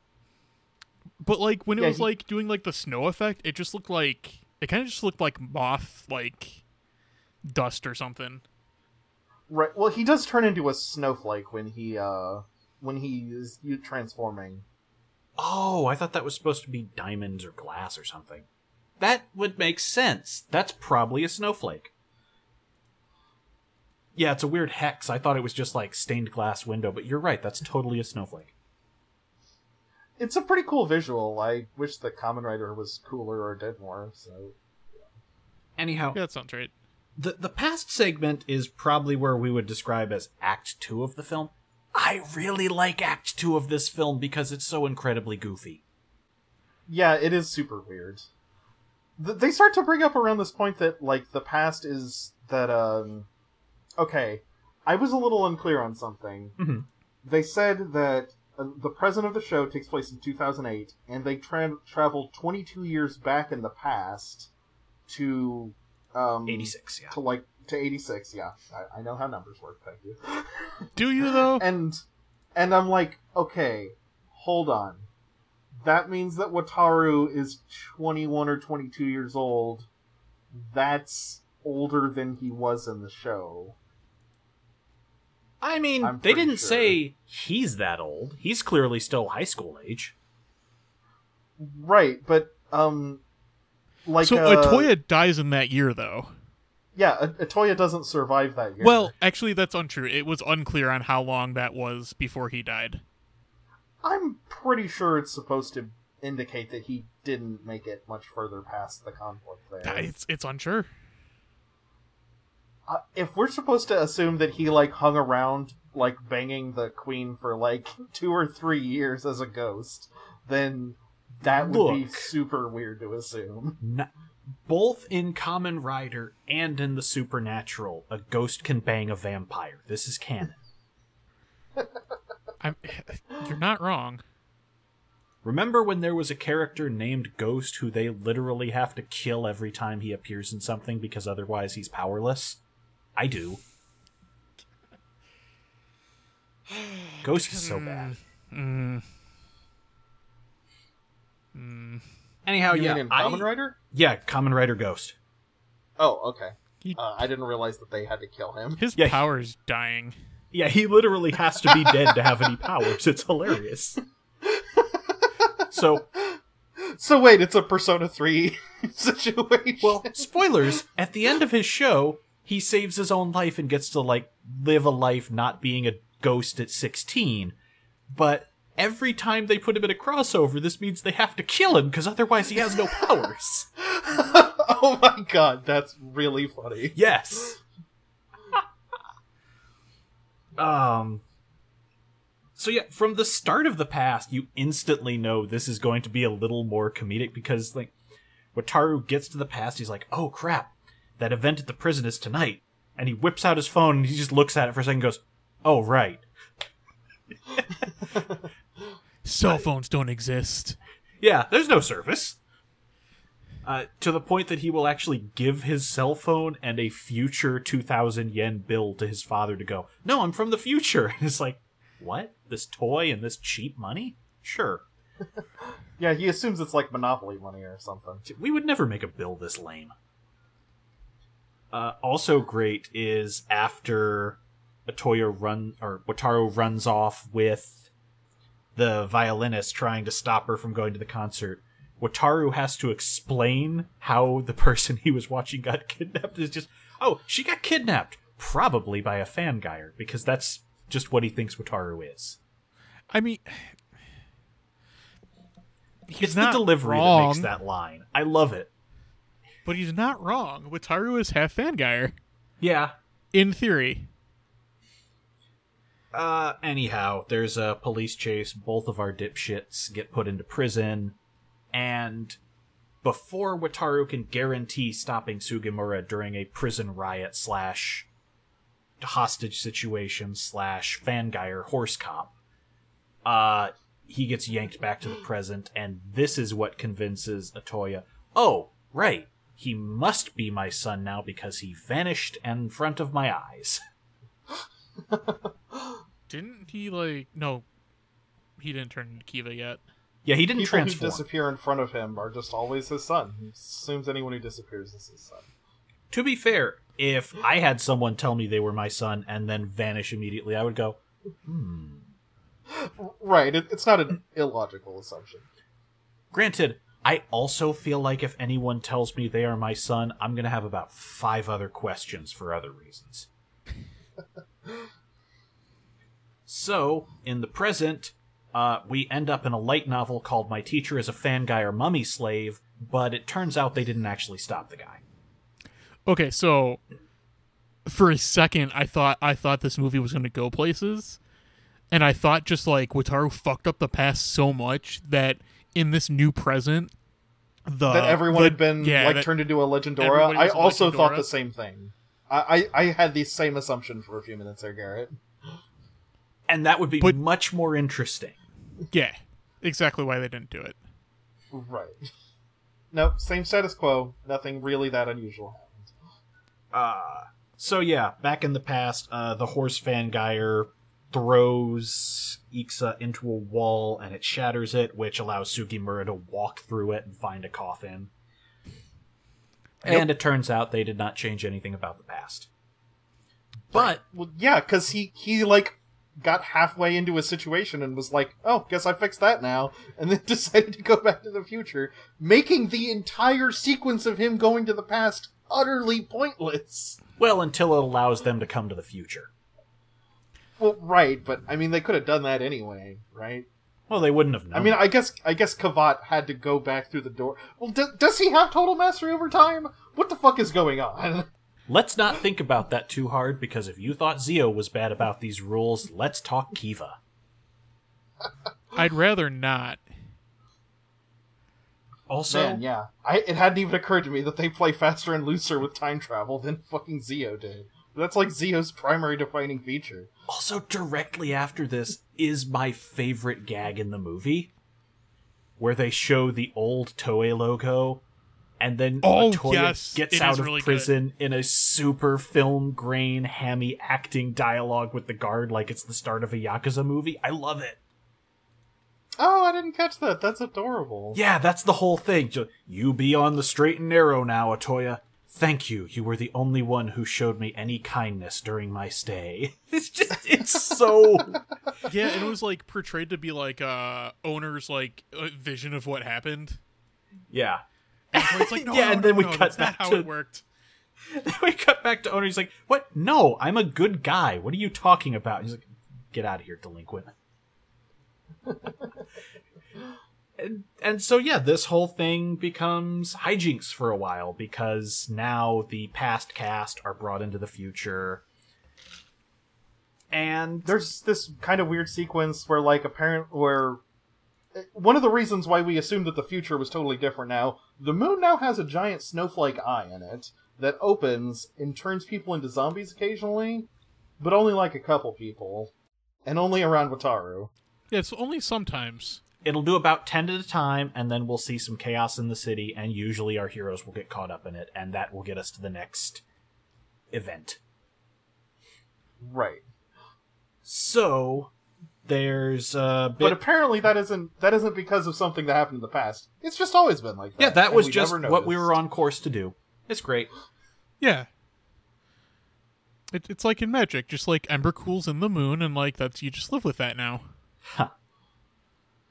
S1: But, but, like when it
S2: Yeah,
S1: was
S2: he-
S1: like doing like the snow effect, it just looked like it kind of just looked like moth like dust or something.
S2: Right. Well, he does turn into a snowflake when he uh when he is u- transforming.
S3: Oh, I thought that was supposed to be diamonds or glass or something. That would make sense. That's probably a snowflake. Yeah, it's a weird hex. I thought it was just like stained glass window, but you're right. That's totally a snowflake.
S2: It's a pretty cool visual. I wish the Common Rider was cooler or did more. So
S3: Anyhow,
S1: Yeah, that sounds right.
S3: the the past segment is probably where we would describe as act 2 of the film. I really like act 2 of this film because it's so incredibly goofy.
S2: Yeah, it is super weird. Th- they start to bring up around this point that like the past is that um okay, I was a little unclear on something.
S3: Mhm.
S2: They said that uh, the present of the show takes place in 2008 and they tra- traveled 22 years back in the past to um
S3: 86, yeah.
S2: to like to 86, yeah. I, I know how numbers work, thank you
S1: Do you though?
S2: and and I'm like, okay, hold on. That means that Wataru is 21 or 22 years old. That's older than he was in the show.
S3: I mean,
S2: I'm
S3: they
S2: pretty
S3: didn't
S2: sure.
S3: say he's that old. He's clearly still high school age.
S2: Right, but um like
S1: so
S2: uh,
S1: Atoya dies in that year though.
S2: Yeah, A- Atoya doesn't survive that year.
S1: Well, actually, that's untrue. It was unclear on how long that was before he died.
S2: I'm pretty sure it's supposed to indicate that he didn't make it much further past the conflict there.
S1: It's it's unsure.
S2: Uh, if we're supposed to assume that he like hung around like banging the queen for like two or three years as a ghost then that would be
S3: Look.
S2: super weird to assume
S3: N- both in Common Rider and in the Supernatural, a ghost can bang a vampire. This is canon.
S1: I'm, you're not wrong.
S3: Remember when there was a character named Ghost who they literally have to kill every time he appears in something because otherwise he's powerless? I do. Ghost is so bad.
S1: Mm. Mm.
S3: Anyhow,
S2: you
S3: Oh, yeah,
S2: mean in
S3: I-
S2: Common Rider?
S3: yeah, Common Rider Ghost.
S2: Oh, okay.
S1: He-
S2: Uh, I didn't realize that they had to kill him.
S1: His
S3: Yeah, he-
S1: power's dying.
S3: Yeah, he literally has to be dead to have any powers. It's hilarious. So,
S2: So wait, it's a Persona 3 situation.
S3: well, spoilers, at the end of his show, he saves his own life and gets to like live a life not being a ghost at 16. But every time they put him in a crossover, this means they have to kill him because otherwise he has no powers.
S2: oh my god, that's really funny.
S3: Yes. um So yeah, from the start of the past, you instantly know this is going to be a little more comedic because like Wataru gets to the past, he's like, "Oh crap. That event at the prison is tonight." And he whips out his phone and he just looks at it for a second and goes, "Oh right."
S1: Cell phones don't exist.
S3: Yeah, there's no service. Uh, to the point that he will actually give his cell phone and a future 2,000 yen bill to his father to go, No, I'm from the future. And it's like, What? This toy and this cheap money? Sure.
S2: Yeah, he assumes it's like Monopoly money or something.
S3: We would never make a bill this lame. Uh, also great is after Atoya run or Wataru runs off with the violinist trying to stop her from going to the concert. Wataru has to explain how the person he was watching got kidnapped. Is just oh, she got kidnapped probably by a fangire because that's just what he thinks Wataru is.
S1: I mean, he's
S3: it's
S1: not
S3: the delivery that makes
S1: wrong,
S3: that line. I love it.
S1: But he's not wrong. Wataru is half Fangire,
S3: Yeah,
S1: in theory.
S3: Uh, anyhow, there's a police chase. Both of our dipshits get put into prison, and before Wataru can guarantee stopping Sugimura during a prison riot slash hostage situation slash fangire horse cop, uh, he gets yanked back to the present, and this is what convinces Atoya, oh, right, he must be my son now because he vanished in front of my eyes.
S1: Didn't he, like. No, he didn't turn into Kiva yet.
S3: Yeah, he didn't
S2: People who
S3: transform.
S2: disappear in front of him are just always his son. He assumes anyone who disappears is his son.
S3: To be fair, if I had someone tell me they were my son and then vanish immediately, I would go,
S2: R- Right, it, it's not an illogical assumption.
S3: granted, I also feel like if anyone tells me they are my son, I'm going to have about five other questions for other reasons. so, in the present, uh, we end up in a light novel called My Teacher is a Fangire Mummy Slave, but it turns out they didn't actually stop the guy.
S1: Okay, so. For a second, I thought I thought this movie was going to go places, and I thought just like Wataru fucked up the past so much that in this new present, the
S2: that everyone
S1: the-
S2: had been
S1: yeah,
S2: like
S1: Uh, that-
S2: turned into a Legendora.
S1: everybody was
S2: I
S1: a
S2: also thought
S1: Legendora.
S2: the same thing. I, I I had the same assumption for a few minutes there, Garrett.
S3: And that would be
S1: But-
S3: much more interesting.
S1: yeah, exactly why they didn't do it.
S2: Right. Nope, same status quo. Nothing really that unusual happened.
S3: Uh, so yeah, back in the past, uh, the horse Fangire throws Ixa into a wall and it shatters it, which allows Sugimura to walk through it and find a coffin. And it turns out they did not change anything about the past. But
S2: Well, yeah, because he he like got halfway into a situation and was like, "Oh, guess I fixed that now," and then decided to go back to the future, making the entire sequence of him going to the past utterly pointless.
S3: well, until it allows them to come to the future.
S2: Well, right, but I mean, they could have done that anyway, right?
S3: Well, they wouldn't have known.
S2: I mean, I guess I guess Kavat had to go back through the door. Well, do, does he have total mastery over time? What the fuck is going on?
S3: let's not think about that too hard because if you thought Zio was bad about these rules, let's talk Kiva.
S1: I'd rather not.
S3: Also,
S2: Man, yeah. I, it hadn't even occurred to me that they play faster and looser with time travel than fucking Zio did. That's like Zio's primary defining feature.
S3: also directly after this is my favorite gag in the movie, where they show the old Toei logo, and then
S1: Oh,
S3: Latoya
S1: yes. It
S3: gets
S1: is
S3: out of
S1: really good.
S3: prison in a super film grain, hammy acting dialogue with the guard, like it's the start of a yakuza movie. I love it.
S2: Oh, I didn't catch that. That's adorable.
S3: Yeah, that's the whole thing. Ju- You be on the straight and narrow now, Atoya. Thank you. You were the only one who showed me any kindness during my stay. It's just, it's so.
S1: Yeah, and it was like portrayed to be like uh owner's like uh, vision of what happened.
S3: yeah.
S1: And so it's like no,
S3: Yeah,
S1: no,
S3: and then
S1: no,
S3: we
S1: no,
S3: cut
S1: that's not
S3: back
S1: how
S3: to-
S1: it worked.
S3: we cut back to owner. He's like, "What? No, I'm a good guy. What are you talking about?" He's like, "Get out of here, delinquent." and and so yeah, this whole thing becomes hijinks for a while because now the past cast are brought into the future, and
S2: There's this kind of weird sequence where, like, apparent where eh, one of the reasons why we assumed that the future was totally different now, the moon now has a giant snowflake eye in it that opens and turns people into zombies occasionally, but only like a couple people, and only around Wataru.
S1: Yeah, it's only sometimes.
S3: it'll do about ten at a time, and then we'll see some chaos in the city, and usually our heroes will get caught up in it, and that will get us to the next event.
S2: Right.
S3: So there's a bit.
S2: But apparently that isn't that isn't because of something that happened in the past. It's just always been like that.
S3: yeah, that
S2: and
S3: was
S2: we
S3: just
S2: never
S3: what we
S2: noticed.
S3: were on course to do. It's great.
S1: Yeah. It, it's like in magic, just like Ember cools in the moon, and like that's you just live with that now.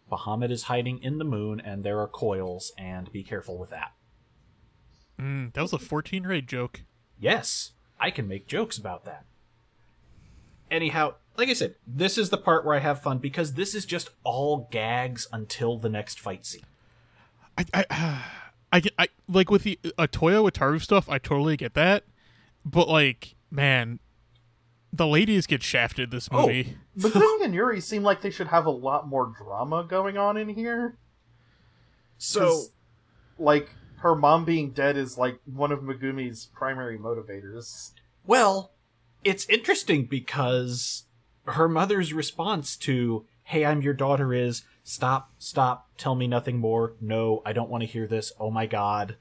S3: Bahamut is hiding in the moon, and there are coils, and be careful with that.
S1: Mm, that was a fourteen raid joke.
S3: Yes, I can make jokes about that. Anyhow, like I said, this is the part where I have fun because this is just all gags until the next fight scene.
S1: I, I, I, I like with the uh, Toyo Ataru stuff. I totally get that, but like, man, the ladies get shafted this
S3: Oh.
S1: movie.
S2: But Zing and Yuri seem like they should have a lot more drama going on in here.
S3: So
S2: 'Cause, like her mom being dead is like one of Megumi's primary motivators.
S3: Well, it's interesting because her mother's response to, Hey, I'm your daughter is, Stop, stop, tell me nothing more. No, I don't want to hear this. Oh my God.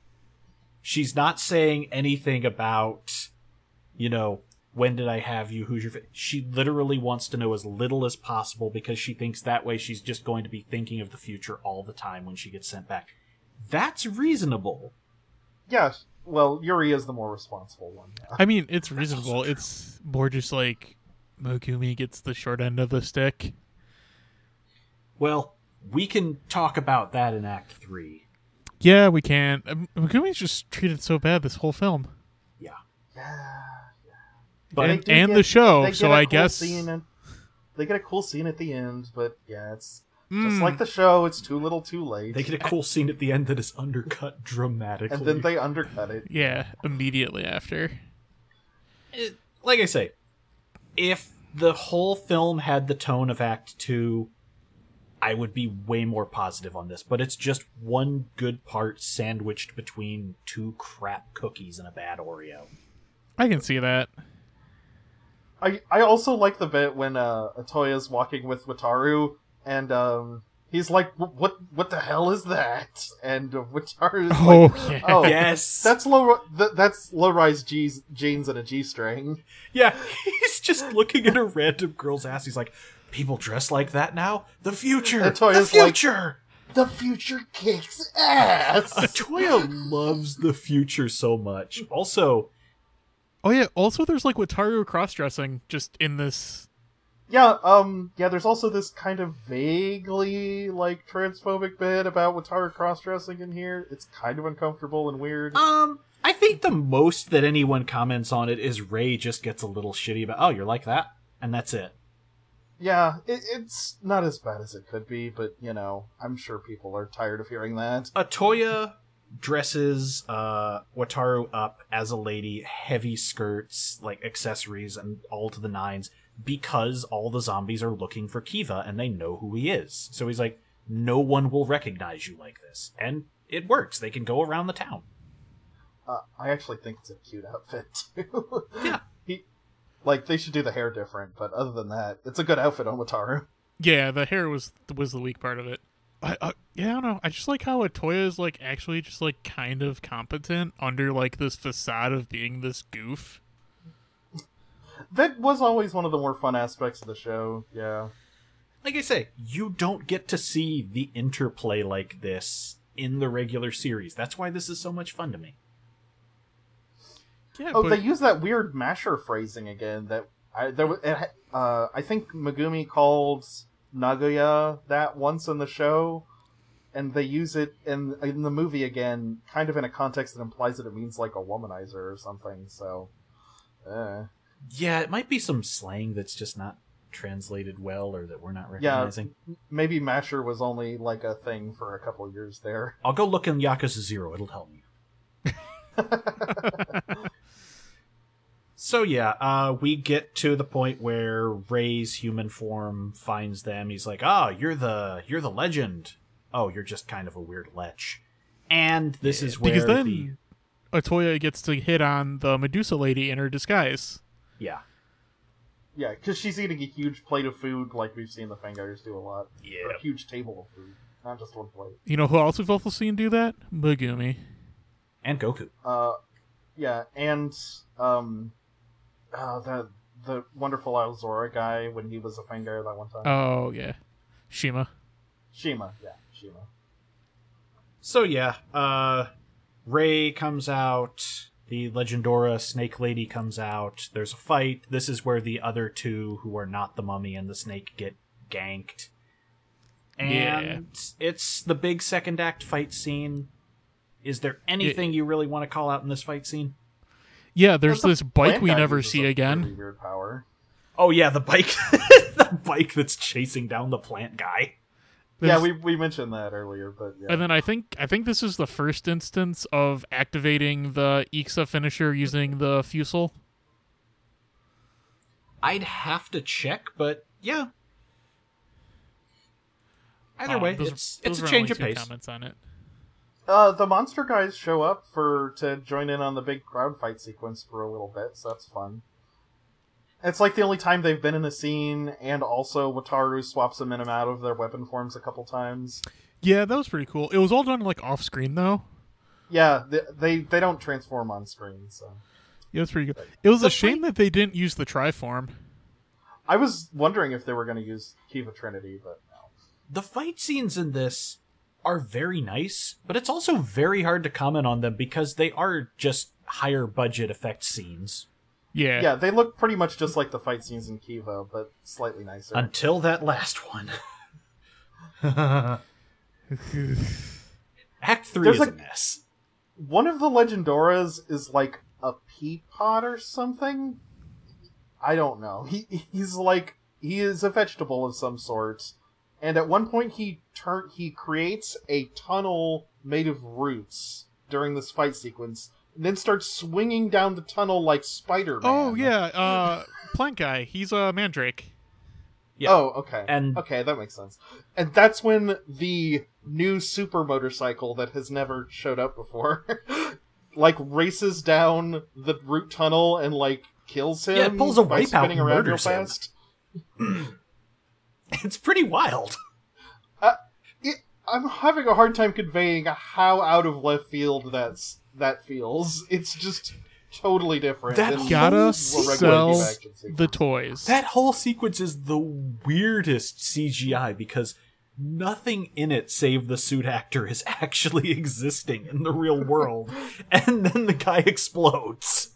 S3: She's not saying anything about, you know, when did I have you? Who's your. Fa-? She literally wants to know as little as possible because she thinks that way she's just going to be thinking of the future all the time when she gets sent back. That's reasonable.
S2: Yeah, well, Yuri is the more responsible one. yeah.
S1: I mean, it's reasonable. It's more just like Mogumi gets the short end of the stick.
S3: Well, we can talk about that in Act 3.
S1: Yeah, we can. Um, Mogumi's just treated so bad this whole film,
S3: Yeah.
S2: They
S1: and,
S2: do
S1: and the
S2: get- they
S1: show.
S2: get
S1: So
S2: a
S1: I
S2: cool
S1: guess
S2: scene and- they get a cool scene at the end, but yeah, it's
S1: Mm.
S2: just like the show. It's too little, too late,
S3: They get a cool scene at the end that is undercut dramatically.
S2: and then they undercut it.
S1: yeah, immediately after.
S3: It- like I say, if the whole film had the tone of Act 2, I would be way more positive on this, but it's just one good part sandwiched between two crap cookies and a bad Oreo.
S1: I can see that.
S2: I I also like the bit when uh, Atoya's walking with Wataru, and um, he's like, "Wh- "What? What the hell is that?" And uh, Wataru's
S1: Oh,
S2: like,
S1: yeah.
S2: "Oh,
S3: yes.
S2: that's low. Th- that's low-rise jeans, jeans and a g-string."
S3: yeah, he's just looking at a random girl's ass. He's like, people dress like that now? The future. The
S2: Atoya's like-
S3: future.
S2: The future kicks ass.
S3: Atoya loves the future so much. Also,
S1: Oh yeah. Also, there's like Wataru cross-dressing just in this.
S2: yeah. Um. Yeah. There's also this kind of vaguely like transphobic bit about Wataru cross-dressing in here. It's kind of uncomfortable and weird.
S3: Um, I think the most that anyone comments on it is Ray just gets a little shitty about, oh, you're like that, and that's it.
S2: Yeah, it, it's not as bad as it could be, but you know, I'm sure people are tired of hearing that.
S3: Atoya dresses uh, Wataru up as a lady, heavy skirts, like accessories, and all to the nines, because all the zombies are looking for Kiva and they know who he is. So he's like, no one will recognize you like this, and it works. They can go around the town.
S2: Uh, I actually think it's a cute outfit too.
S3: Yeah.
S2: he, like they should do the hair different, but other than that, it's a good outfit on Wataru.
S1: Yeah, the hair was was the weak part of it. I, I yeah, I don't know. I just like how Atoya is like actually just like kind of competent under like this facade of being this goof.
S2: That was always one of the more fun aspects of the show. Yeah.
S3: Like I say, you don't get to see the interplay like this in the regular series. That's why this is so much fun to me.
S1: Yeah,
S2: Oh,
S1: but
S2: they use that weird masher phrasing again. That I there was. It, ha- uh, I think Megumi called Nagoya that once in the show, and they use it in in the movie again, kind of in a context that implies that it means like a womanizer or something. So, eh.
S3: Yeah, it might be some slang that's just not translated well or that we're not
S2: Yeah.
S3: recognizing.
S2: maybe masher was only like a thing for a couple of years there.
S3: I'll go look in Yakuza Zero. It'll help me. so yeah, uh, we get to the point where Ray's human form finds them. He's like, "Ah, you're the you're the legend. Oh, you're just kind of a weird lech." And this is where
S1: because then
S3: the
S1: Atoya gets to hit on the Medusa lady in her disguise.
S3: yeah
S2: Yeah, because she's eating a huge plate of food, like we've seen the Fangirls do a lot. Or a
S3: yeah
S2: huge table of food, not just one plate.
S1: You know who else we've also seen do that? Megumi.
S3: and Goku.
S2: Uh, yeah, and um, uh, the the wonderful Alzora guy when he was a Fangirl that one time.
S1: Oh yeah, Shima.
S2: Shima, yeah, Shima.
S3: So yeah, uh Ray comes out, the Legendora Snake Lady comes out, there's a fight. This is where the other two who are not the mummy and the snake get ganked. And it's the big second act fight scene. Is there anything you really want to call out in this fight scene?
S1: Yeah, there's
S2: That's
S1: this
S2: the
S1: bike
S2: plant
S1: we
S2: guy
S1: never
S2: uses
S1: see
S2: a
S1: again.
S2: really weird power.
S3: Oh yeah, the bike. the bike that's chasing down the plant guy.
S2: Yeah,
S1: There's-
S2: we we mentioned that earlier, but yeah.
S1: And then I think I think this is the first instance of activating the Ixa finisher using the Fusel.
S3: I'd have to check, but yeah. Either
S1: Um,
S3: way,
S1: those-
S3: it's
S1: those
S3: it's a
S1: were my
S3: change of
S1: two
S3: pace.
S1: Comments on it.
S2: Uh, the monster guys show up for to join in on the big crowd fight sequence for a little bit, so that's fun. It's like the only time they've been in a scene, and also Wataru swaps them in and out of their weapon forms a couple times.
S1: Yeah, that was pretty cool. It was all done like off screen though.
S2: Yeah, they they, they don't transform on screen, so
S1: Yeah, that's pretty good. It was
S3: The
S1: a shame that they didn't use the Triform.
S2: I was wondering if they were going to use Kiva Trinity, but
S3: The fight scenes in this are very nice, but it's also very hard to comment on them because they are just higher budget effect scenes.
S1: Yeah.
S2: yeah, they look pretty much just like the fight scenes in Kiva, but slightly nicer.
S3: Until that last one. Act three
S2: There's
S3: is
S2: like-
S3: a mess.
S2: one of the legendoras is like a pea pod or something i don't know he he's like he is a vegetable of some sort and at one point he turn he creates a tunnel made of roots during this fight sequence and then starts swinging down the tunnel like spider-man
S1: Oh yeah, uh, Plant Guy. He's a Mandrake.
S3: Yeah.
S2: oh okay
S3: And-
S2: okay that makes sense and that's when the new super motorcycle that has never showed up before like races down the root tunnel and like kills him
S3: Yeah, it pulls a
S2: by
S3: wipeout
S2: spinning
S3: and
S2: around real
S3: murders him.
S2: fast
S3: It's pretty wild.
S2: It- i'm having a hard time conveying how out of left field that's that feels it's just totally different
S3: That
S2: than
S1: Gotta
S2: a regular
S1: sell
S2: live action sequence.
S1: The toys.
S3: That whole sequence is the weirdest CGI because nothing in it save the suit actor is actually existing in the real world. and then the guy explodes.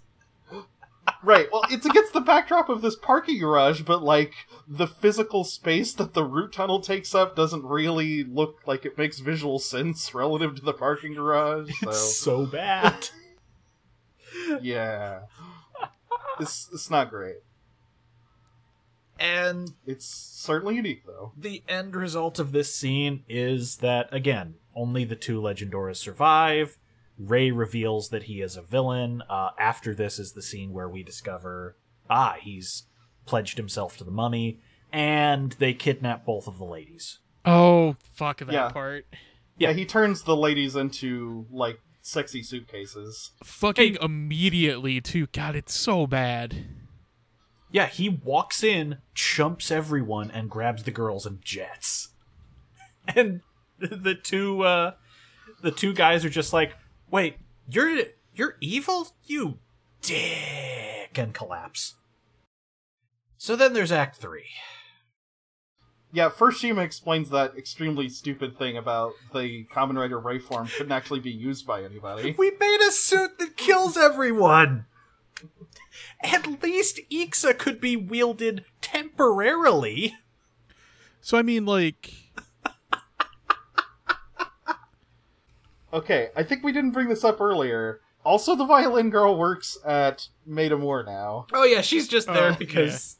S2: Right. Well, it's against the backdrop of this parking garage, but like the physical space that the root tunnel takes up doesn't really look like it makes visual sense relative to the parking garage.
S3: It's
S2: So
S3: so bad.
S2: yeah, it's it's not great.
S3: and
S2: It's certainly unique though.
S3: the end result of this scene is that, again, only the two Legendoras survive. Ray reveals that he is a villain. Uh, after this is the scene where we discover, ah, he's pledged himself to the mummy, and they kidnap both of the ladies.
S1: oh fuck that
S2: Yeah.
S1: part.
S3: Yeah.
S2: he turns the ladies into like sexy suitcases.
S1: Fucking
S3: Hey.
S1: immediately too. God, it's so bad.
S3: Yeah, he walks in, chumps everyone, and grabs the girls and jets. And the two uh the two guys are just like, "Wait, you're you're evil, you dick," and collapse. So then there's Act Three.
S2: Yeah, first Shima explains that extremely stupid thing about the Common Rider Rayform couldn't actually be used by anybody.
S3: We made a suit that kills everyone. At least Ixa could be wielded temporarily.
S1: So I mean, like,
S2: Okay, I think we didn't bring this up earlier. Also, the violin girl works at Maida Moore now.
S3: Oh yeah, she's just there
S1: Oh,
S3: because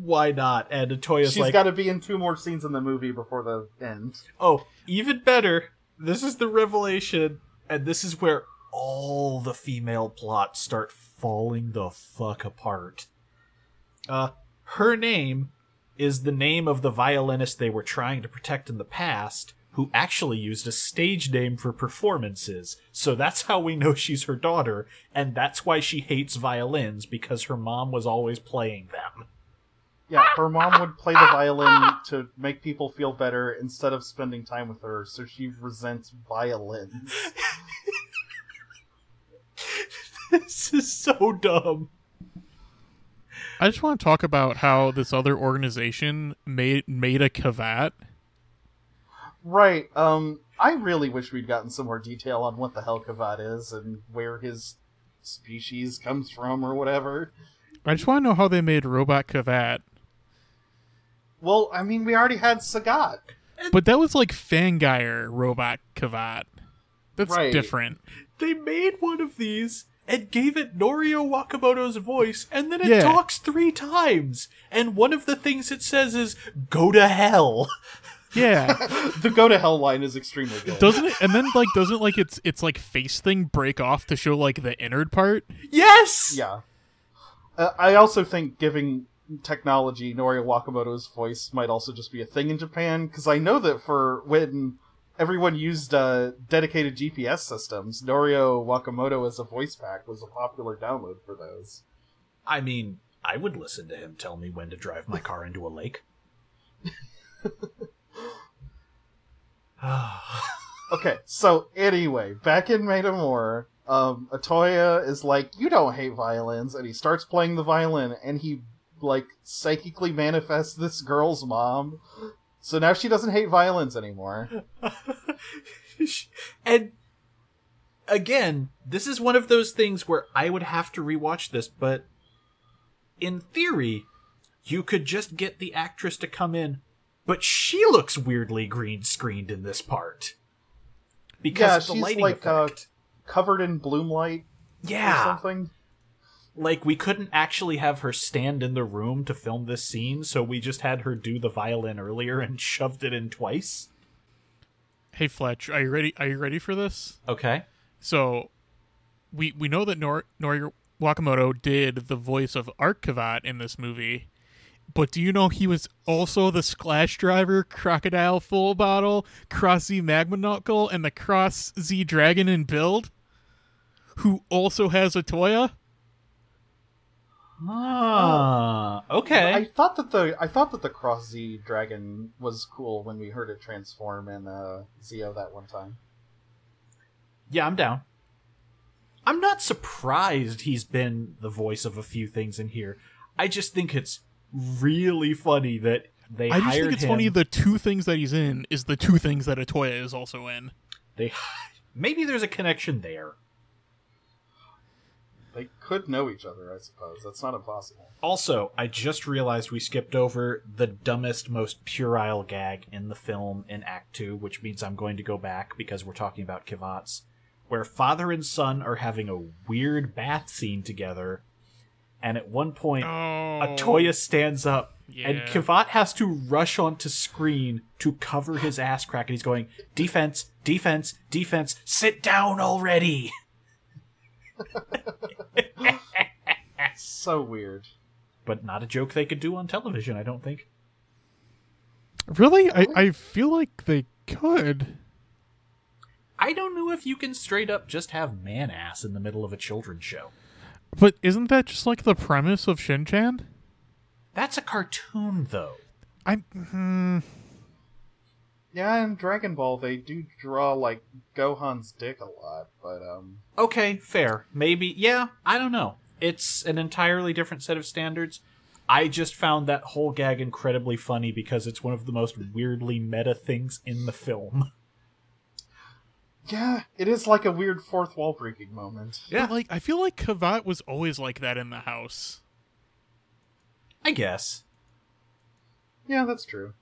S3: why not? And Atoya's
S2: She's
S3: like,
S2: got to be in two more scenes in the movie before the end.
S3: oh, even better. This is the revelation, and this is where all the female plots start falling the fuck apart. Uh, her name is the name of the violinist they were trying to protect in the past, who actually used a stage name for performances. So that's how we know she's her daughter, and that's why she hates violins because her mom was always playing them.
S2: Yeah, her mom would play the violin to make people feel better instead of spending time with her, so she resents violins.
S3: this is so dumb.
S1: I just want to talk about how this other organization made made a cavat.
S2: Right. Um, I really wish we'd gotten some more detail on what the hell Kavat is and where his species comes from or whatever.
S1: I just want to know how they made robot cavat.
S2: Well, I mean, we already had Sagat.
S1: But that was like Fangire robot cavat. That's
S2: Right.
S1: different.
S3: They made one of these and gave it Norio Wakamoto's voice, and then it
S1: Yeah.
S3: talks three times. And one of the things it says is, go to hell.
S1: Yeah.
S2: The go to hell line is extremely good.
S1: doesn't it and then like doesn't like it's it's like face thing break off to show like the innard part?
S3: yes!
S2: yeah. Uh, I also think giving technology Norio Wakamoto's voice might also just be a thing in Japan because I know that for when everyone used uh, dedicated GPS systems, Norio Wakamoto as a voice pack was a popular download for those.
S3: I mean, I would listen to him tell me when to drive my car into a lake.
S2: Okay, so anyway, back in Maida Moore, um, Atoya is like, "You don't hate violins," and he starts playing the violin, and he like psychically manifests this girl's mom. So now she doesn't hate violins anymore.
S3: and again, this is one of those things where I would have to rewatch this, but in theory, you could just get the actress to come in, but she looks weirdly green screened in this part because
S2: Yeah,
S3: of the
S2: she's
S3: lighting
S2: like, uh,
S3: effect.
S2: Covered in bloom light or
S3: yeah,
S2: something.
S3: like we couldn't actually have her stand in the room to film this scene, so we just had her do the violin earlier and shoved it in twice.
S1: Hey Fletch, are you ready are you ready for this?
S3: Okay.
S1: So we we know that Nor Nori Wakamoto did the voice of Art Cavat in this movie. But do you know he was also the Splash Driver, Crocodile Full Bottle, Cross Z Magmonoccle, and the Cross Z Dragon in Build? Who also has a Toya?
S3: Ah, okay.
S2: I thought that the I thought that the Cross Z dragon was cool when we heard it transform in uh, Zio that one time.
S3: Yeah, I'm down. I'm not surprised he's been the voice of a few things in here. I just think it's really funny that they
S1: I just
S3: hired
S1: think it's
S3: him.
S1: funny the two things that he's in is the two things that a Toya is also in.
S3: they maybe there's a connection there.
S2: They could know each other, I suppose. That's not impossible.
S3: Also, I just realized we skipped over the dumbest, most puerile gag in the film in Act Two, which means I'm going to go back because we're talking about Kivats, where father and son are having a weird bath scene together, and at one point.
S1: Oh,
S3: Atoya stands up, and
S1: Yeah.
S3: Kavat has to rush onto screen to cover his ass crack, and he's going, Defense, defense, defense, sit down already!
S2: So weird.
S3: But not a joke they could do on television, I don't think.
S1: Really? I, I feel like they could.
S3: I don't know if you can straight up just have man ass in the middle of a children's show.
S1: But isn't that just like the premise of Shin Chan?
S3: That's a cartoon, though.
S1: I hmm,
S2: Yeah, in Dragon Ball they do draw like Gohan's dick a lot, but um
S3: Okay, fair. Maybe, yeah, I don't know. It's an entirely different set of standards. I just found that whole gag incredibly funny because it's one of the most weirdly meta things in the film.
S2: yeah, it is like a weird fourth wall breaking moment.
S1: but, like I feel like Kavat was always like that in the house.
S3: I guess.
S2: Yeah, that's true.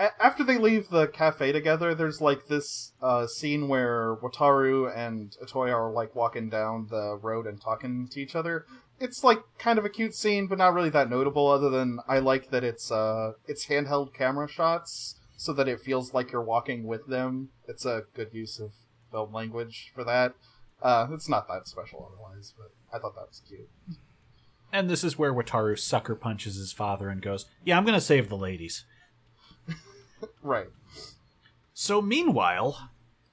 S2: A- after they leave the cafe together, there's like this uh, scene where Wataru and Atoya are like walking down the road and talking to each other. It's like kind of a cute scene, but not really that notable. Other than I like that it's uh, it's handheld camera shots, so that it feels like you're walking with them. It's a good use of film language for that. Uh, it's not that special otherwise, but I thought that was cute.
S3: And this is where Wataru sucker punches his father and goes, Yeah, I'm going to save the ladies.
S2: Right,
S3: So, meanwhile,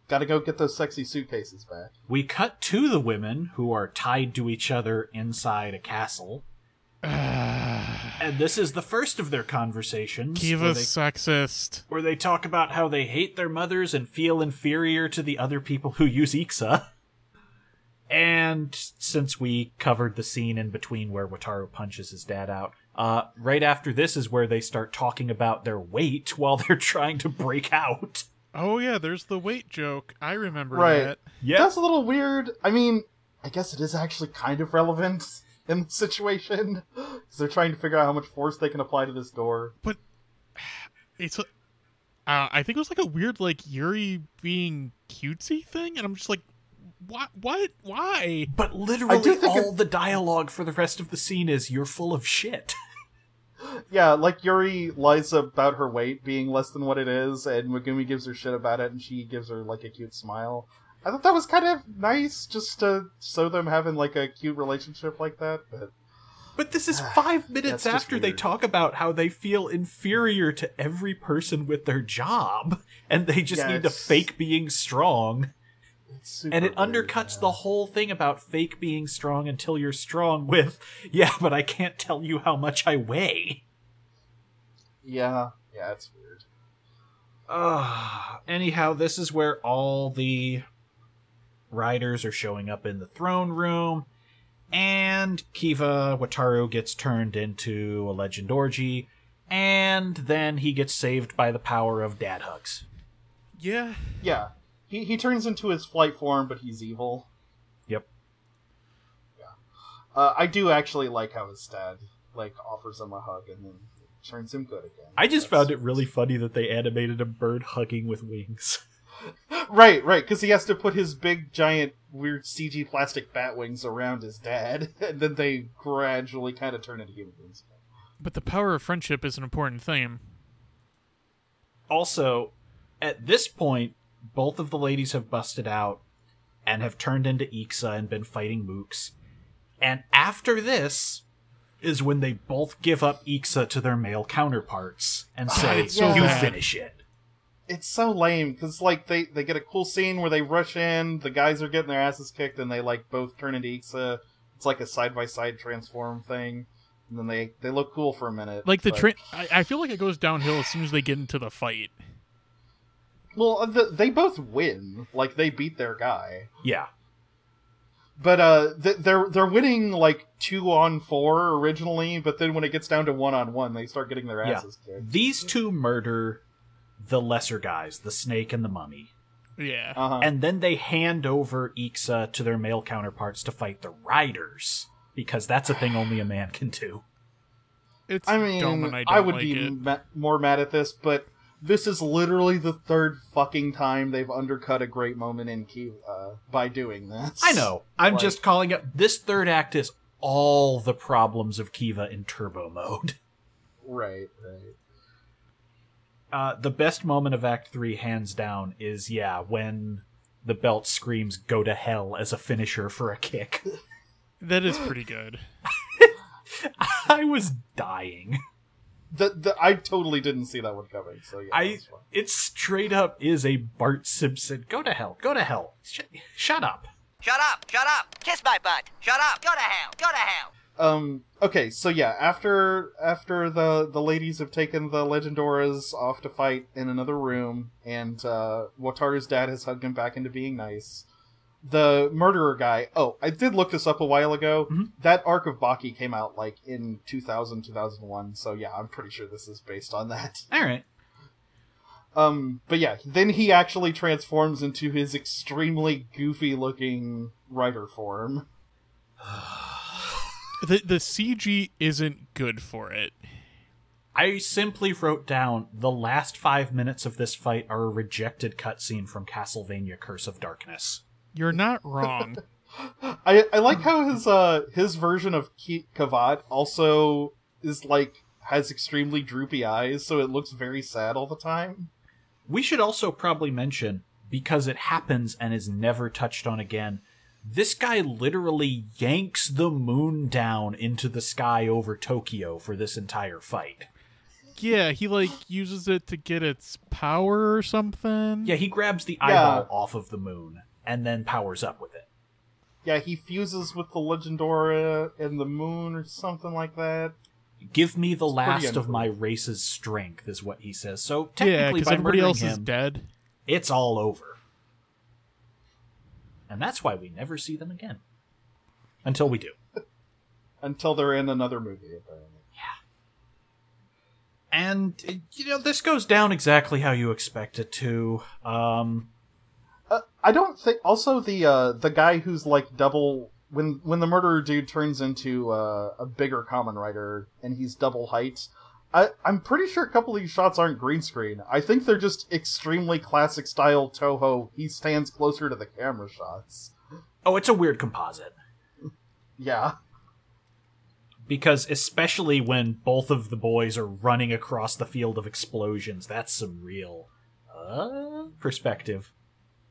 S2: gotta go get those sexy suitcases back.
S3: we cut to the women who are tied to each other inside a castle. and this is the first of their conversations.
S1: Kiva
S3: where they-
S1: sexist.
S3: where they talk about how they hate their mothers and feel inferior to the other people who use Ixa. And since we covered the scene in between where Wataru punches his dad out, uh, right after this is where they start talking about their weight while they're trying to break out.
S1: Oh yeah, there's the weight joke. I remember
S2: Right.
S1: that.
S2: That's a little weird. I mean, I guess it is actually kind of relevant in the situation because they're trying to figure out how much force they can apply to this door.
S1: It's uh, I think it was like a weird like Yuri being cutesy thing, and I'm just like, what? What? Why?
S3: But literally,
S2: think
S3: all
S2: it-
S3: the dialogue for the rest of the scene is you're full of shit.
S2: Yeah, like Yuri lies about her weight being less than what it is, and Megumi gives her shit about it, and she gives her like a cute smile. I thought that was kind of nice, just to show them having like a cute relationship like that. But
S3: But this is five
S2: Ah, That's
S3: minutes
S2: just
S3: after they
S2: weird.
S3: talk about how they feel inferior to every person with their job, and they just
S2: Yeah,
S3: need to
S2: it's-
S3: fake being strong.
S2: it's super
S3: And it
S2: weird,
S3: undercuts
S2: yeah.
S3: the whole thing about fake being strong until you're strong with, yeah, but I can't tell you how much I weigh.
S2: Yeah, yeah, it's weird.
S3: Uh, anyhow, this is where all the riders are showing up in the throne room, and Kiva Wataru gets turned into a legend orgy, and then he gets saved by the power of dad hugs.
S1: Yeah.
S2: Yeah, he he turns into his flight form, but he's evil.
S3: Yep.
S2: Uh, I do actually like how his dad like offers him a hug and then turns him good again.
S3: I just found it really funny that they animated a bird hugging with wings.
S2: right, right, because he has to put his big, giant, weird CG plastic bat wings around his dad, and then they gradually kind of turn into human beings.
S1: But the power of friendship is an important theme.
S3: also, at this point, both of the ladies have busted out and have turned into Ixa and been fighting mooks. And after this is when they both give up Ixa to their male counterparts and say,
S1: Oh, it's so
S3: "You
S1: bad."
S3: finish it."
S2: It's so lame because like they they get a cool scene where they rush in, the guys are getting their asses kicked, and they like both turn into Ixa. It's like a side by side transform thing, and then they they look cool for a minute.
S1: Like the
S2: but-
S1: tra- I, I feel like it goes downhill as soon as they get into the fight.
S2: Well, the, they both win. Like they beat their guy.
S3: Yeah.
S2: But uh, th- they're they're winning like two on four originally, but then when it gets down to one on one, they start getting their
S3: Yeah.
S2: asses kicked.
S3: These two murder the lesser guys, the snake and the mummy.
S1: Yeah.
S2: Uh-huh.
S3: And then they hand over Ixa to their male counterparts to fight the riders because that's a thing only a man can do.
S1: It's
S2: I mean,
S1: dumb and I
S2: I,
S1: don't
S2: would
S1: like
S2: be
S1: it.
S2: ma- more mad at this, but this is literally the third fucking time they've undercut a great moment in Kiva uh, by doing this.
S3: I know. I'm
S2: Like-
S3: just calling it. This third act is all the problems of Kiva in turbo mode.
S2: Right, right.
S3: Uh, the best moment of Act 3, hands down, is yeah, when the belt screams, go to hell, as a finisher for a kick.
S1: That is pretty good.
S3: I was dying.
S2: the, the, I totally didn't see that one coming. So yeah,
S3: I
S2: that's fine.
S3: it straight up is a Bart Simpson. Go to hell. Go to hell. Sh- shut up.
S4: Shut up! Shut up! Kiss my butt! Shut up! Go to hell! Go to hell!
S2: Um. Okay. So yeah, after after the the ladies have taken the Legendoras off to fight in another room, and uh, Wataru's dad has hugged him back into being nice. The murderer guy. Oh, I did look this up a while ago.
S3: Mhm.
S2: That arc of Baki came out like in 2000, 2001. So yeah, I'm pretty sure this is based on that.
S3: All right.
S2: Um, but yeah, then he actually transforms into his extremely goofy looking writer form.
S1: The the CG isn't good for it.
S3: I simply wrote down the last five minutes of this fight are a rejected cutscene from Castlevania Curse of Darkness.
S1: You're not wrong.
S2: I, I like how his uh his version of Ki Kavat also is like has extremely droopy eyes, so it looks very sad all the time.
S3: We should also probably mention, because it happens and is never touched on again, this guy literally yanks the moon down into the sky over Tokyo for this entire fight.
S1: yeah, he like uses it to get its power or something.
S3: Yeah, he grabs the
S2: Yeah.
S3: eyeball off of the moon and then powers up with it.
S2: Yeah, he fuses with the Legendora and the moon or something like that.
S3: Give me the last of
S2: uncool.
S3: my race's strength, is what he says. So
S1: yeah,
S3: technically,
S1: because
S3: by
S1: everybody
S3: murdering
S1: else is
S3: him,
S1: dead.
S3: it's all over. And that's why we never see them again. Until we do.
S2: Until they're in another movie, apparently.
S3: And, uh, you know, this goes down exactly how you expect it to. Um,
S2: Uh, I don't think. Also, the uh, the guy who's like double when when the murderer dude turns into uh, a bigger common writer and he's double height. I, I'm pretty sure a couple of these shots aren't green screen. I think they're just extremely classic style Toho. He stands closer to the camera shots.
S3: oh, it's a weird composite.
S2: Yeah,
S3: Because especially when both of the boys are running across the field of explosions, that's some real uh, perspective.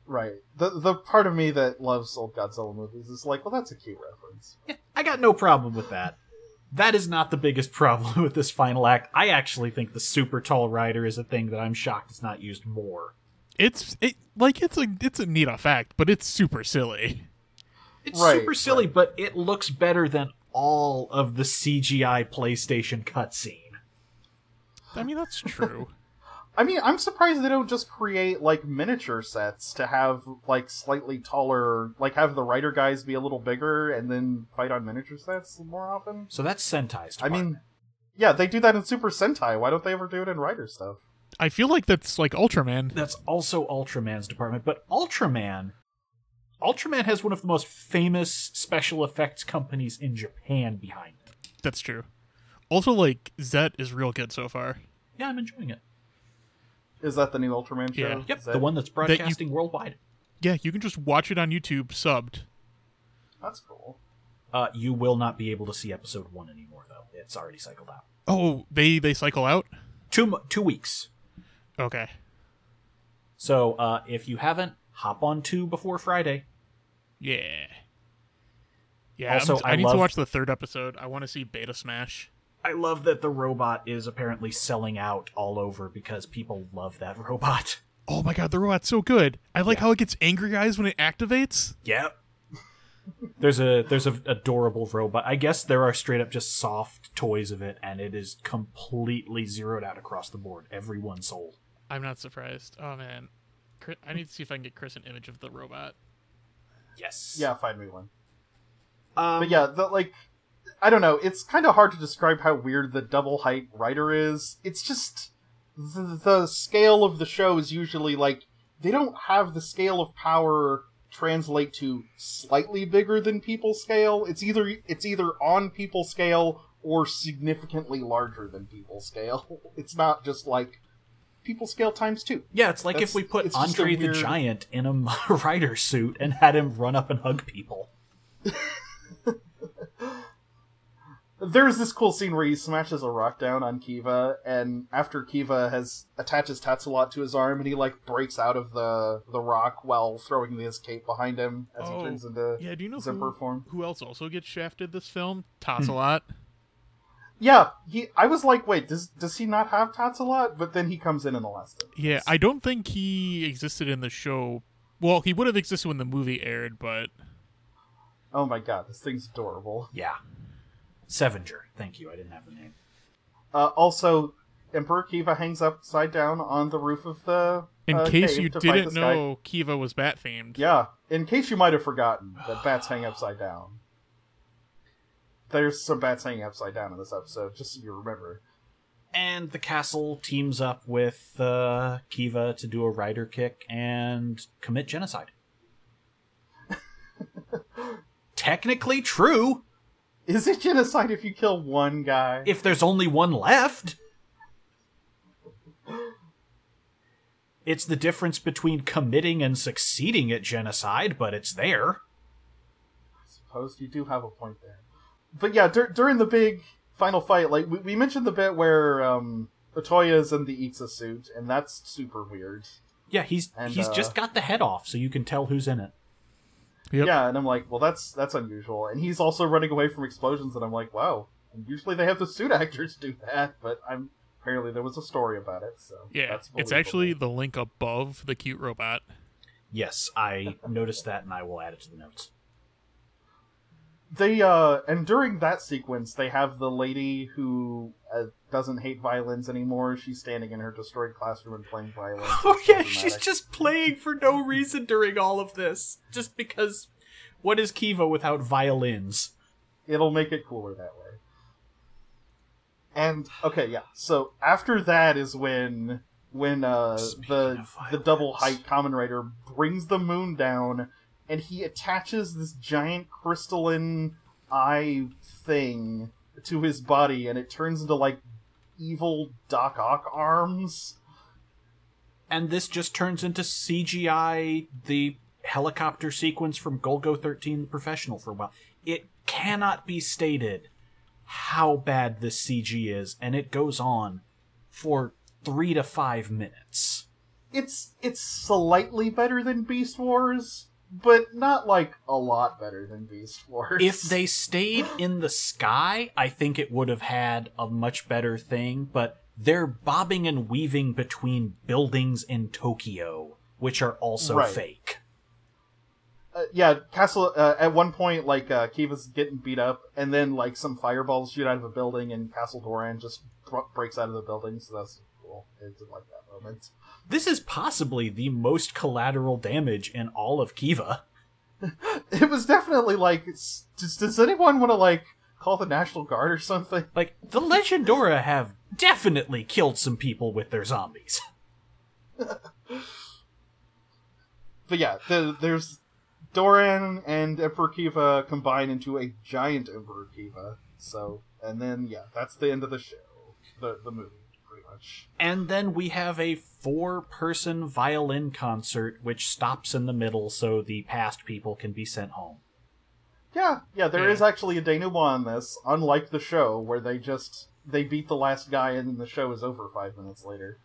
S2: right. The the part of me that loves old Godzilla movies is like, well, that's a cute reference.
S3: Yeah, I got no problem with that. That is not the biggest problem with this final act. I actually think the super tall rider is a thing that I'm shocked is not used more.
S1: It's it like it's a it's a neat effect, but it's super silly.
S3: It's
S2: Right,
S3: super silly, but it looks better than all of the CGI PlayStation cutscene.
S1: I mean that's true.
S2: I mean, I'm surprised they don't just create like miniature sets to have like slightly taller, like have the writer guys be a little bigger and then fight on miniature sets more often.
S3: So that's Sentai's.
S2: I
S3: part.
S2: mean, yeah, they do that in Super Sentai. Why don't they ever do it in writer stuff?
S1: I feel like that's like Ultraman.
S3: that's also Ultraman's department, but Ultraman Ultraman has one of the most famous special effects companies in Japan behind it.
S1: That's true. Also, like Zet is real good so far.
S3: Yeah, I'm enjoying it.
S2: Is that the new Ultraman show?
S1: Yeah.
S3: Yep,
S2: Is
S3: the
S2: that-
S3: one that's
S1: you-
S3: broadcasting worldwide.
S1: Yeah, you can just watch it on YouTube subbed.
S2: That's cool.
S3: Uh, you will not be able to see episode one anymore, though. It's already cycled out.
S1: Oh, they they cycle out.
S3: Two mo- two weeks.
S1: Okay.
S3: So uh, if you haven't, hop on two before Friday.
S1: Yeah. Yeah.
S3: Also,
S1: I'm- i
S3: I
S1: need
S3: love-
S1: to watch the third episode. I want to see Beta Smash.
S3: I love that the robot is apparently selling out all over because people love that robot.
S1: Oh my god, the robot's so good. I like how it gets angry eyes when it activates.
S3: Yep. There's a there's a adorable robot. I guess there are straight up just soft toys of it, and it is completely zeroed out across the board. Everyone sold.
S1: I'm not surprised. Oh man, Chris, I need to see if I can get Chris an image of the robot.
S3: Yes.
S2: Yeah, find me one.
S3: Um,
S2: But yeah, the, like, I don't know. It's kind of hard to describe how weird the double height writer is. It's just the, the scale of the show is usually like they don't have the scale of power translate to slightly bigger than people scale. It's either it's either on people scale or significantly larger than people scale. It's not just like people scale times two.
S3: Yeah, it's like
S2: That's-
S3: if we put
S2: it's just a
S3: Andre
S2: weird-
S3: the Giant in a rider suit and had him run up and hug people.
S2: there's this cool scene where he smashes a rock down on Kiva, and after Kiva has attaches Tatsulot to his arm, and he like breaks out of the the rock while throwing his cape behind him as he
S1: Oh,
S2: turns into
S1: Yeah, do you know
S2: Zipper
S1: who,
S2: form.
S1: Hmm. who else also gets shafted this film? Tasselot.
S2: Yeah, he. I was like, wait, does does he not have tots a lot? But then he comes in in the last. episode.
S1: Yeah, I don't think he existed in the show. Well, he would have existed when the movie aired, but
S2: Oh my god, this thing's adorable.
S3: Yeah. Sevenger. Thank you. I didn't have the name.
S2: Uh, also, Emperor Kiva hangs upside down on the roof of the.
S1: in
S2: uh,
S1: case
S2: cave
S1: you
S2: to fight
S1: didn't
S2: this guy.
S1: know, Kiva was bat themed.
S2: Yeah, in case you might have forgotten that bats hang upside down. There's some bats hanging upside down in this episode, just so you remember.
S3: And the castle teams up with uh, Kiva to do a rider kick and commit genocide. Technically true
S2: Is it genocide if you kill one guy?
S3: if there's only one left. It's the difference between committing and succeeding at genocide, but it's there.
S2: suppose you do have a point there. But yeah, dur- during the big final fight, like we, we mentioned the bit where um, Otoya's in the Itza suit, and that's super weird.
S3: Yeah, he's
S2: And,
S3: he's
S2: uh,
S3: just got the head off, so you can tell who's in it.
S1: Yep.
S2: Yeah, and I'm like, well, that's that's unusual. And he's also running away from explosions, and I'm like, wow. And usually they have the suit actors do that, but I'm apparently there was a story about it. So
S1: Yeah,
S2: that's
S1: it's
S2: believable.
S1: actually the link above the cute robot.
S3: Yes, I noticed that, and I will add it to the notes.
S2: they uh and during that sequence they have the lady who uh, doesn't hate violins anymore she's standing in her destroyed classroom and playing violin
S3: Oh yeah, she's
S2: Dramatic.
S3: just playing for no reason during all of this, just because. What is Kiva without violins?
S2: it'll make it cooler that way. And okay, yeah. So after that is when when uh
S3: Speaking
S2: the
S3: of
S2: the double
S3: violence.
S2: height common rider brings the moon down and he attaches this giant crystalline eye thing to his body and it turns into like evil Doc Ock arms.
S3: And this just turns into CGI, the helicopter sequence from Golgo 13 The Professional for a while. It cannot be stated how bad this CG is, and it goes on for three to five minutes.
S2: It's it's slightly better than Beast Wars, but not like a lot better than Beast Wars.
S3: if they stayed in the sky, I think it would have had a much better thing, but they're bobbing and weaving between buildings in Tokyo, which are also
S2: Right.
S3: fake.
S2: uh, yeah, Castle. Uh, at one point, like uh, Kiva's getting beat up, and then like some fireballs shoot out of a building, and Castle Doran just br- breaks out of the building. So that's cool. I did like that moment.
S3: This is possibly the most collateral damage in all of Kiva.
S2: It was definitely like, s- does, does anyone want to like call the National Guard or something?
S3: Like, the Legendora have definitely killed some people with their zombies.
S2: But yeah, the, there's Doran and Emperor Kiva combine into a giant Emperor Kiva. So, and then yeah, that's the end of the show, the the movie, pretty much.
S3: And then we have a four person violin concert, which stops in the middle so the past people can be sent home.
S2: Yeah, yeah, There is
S1: Yeah.
S2: actually a denouement on this, unlike the show where they just they beat the last guy and then the show is over five minutes later.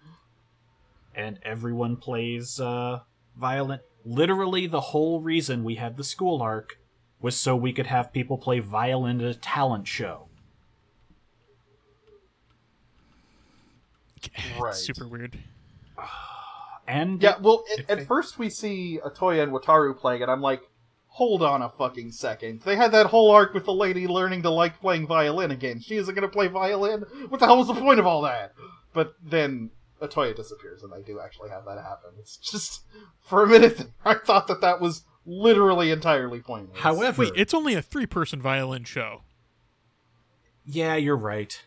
S3: and everyone plays uh, violin. Literally, the whole reason we had the school arc was so we could have people play violin at a talent show.
S2: Right.
S1: Super weird.
S3: And
S2: Yeah, well, at, at first we see Atoya and Wataru playing, and I'm like, hold on a fucking second. They had that whole arc with the lady learning to like playing violin again. She isn't going to play violin? What the hell was the point of all that? But then Atoya disappears, and they do actually have that happen. It's just, for a minute, there, I thought that that was literally entirely pointless.
S3: however,
S1: Wait, it's only a three person violin show.
S3: yeah, you're right.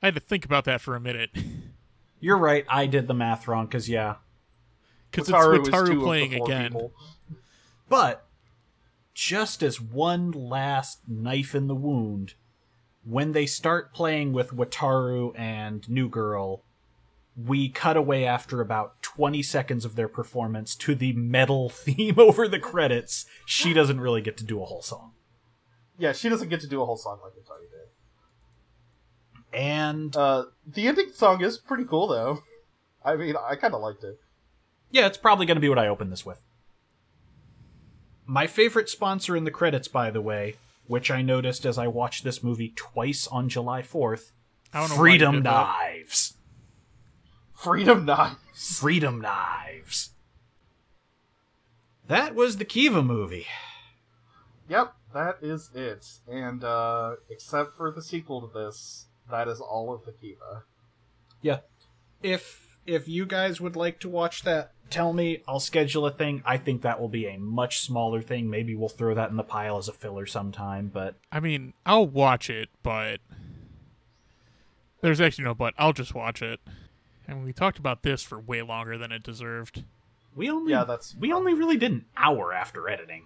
S1: I had to think about that for a minute.
S3: You're right. I did the math wrong because yeah,
S1: Because it's
S2: Wataru is two of
S1: Wataru
S2: the
S1: playing
S2: four
S1: again.
S2: people.
S3: but just as one last knife in the wound, when they start playing with Wataru and New Girl, we cut away after about 20 seconds of their performance to the metal theme over the credits. She doesn't really get to do a whole song.
S2: Yeah, she doesn't get to do a whole song like Natalia did.
S3: And
S2: Uh, the ending song is pretty cool, though. I mean, I kind of liked it.
S3: yeah, it's probably going to be what I open this with. My favorite sponsor in the credits, by the way, which I noticed as I watched this movie twice on July 4th.
S1: I don't know why you
S3: Freedom
S1: did that.
S3: Knives.
S2: Freedom knives.
S3: Freedom Knives. That was the Kiva movie.
S2: Yep, that is it. And uh, except for the sequel to this, that is all of the Kiva.
S3: Yeah. If if you guys would like to watch that, tell me. I'll schedule a thing. I think that will be a much smaller thing. Maybe we'll throw that in the pile as a filler sometime, but
S1: I mean, I'll watch it, but there's actually no but. I'll just watch it. And we talked about this for way longer than it deserved.
S3: we only
S2: Yeah, that's-
S3: we only really did an hour after editing.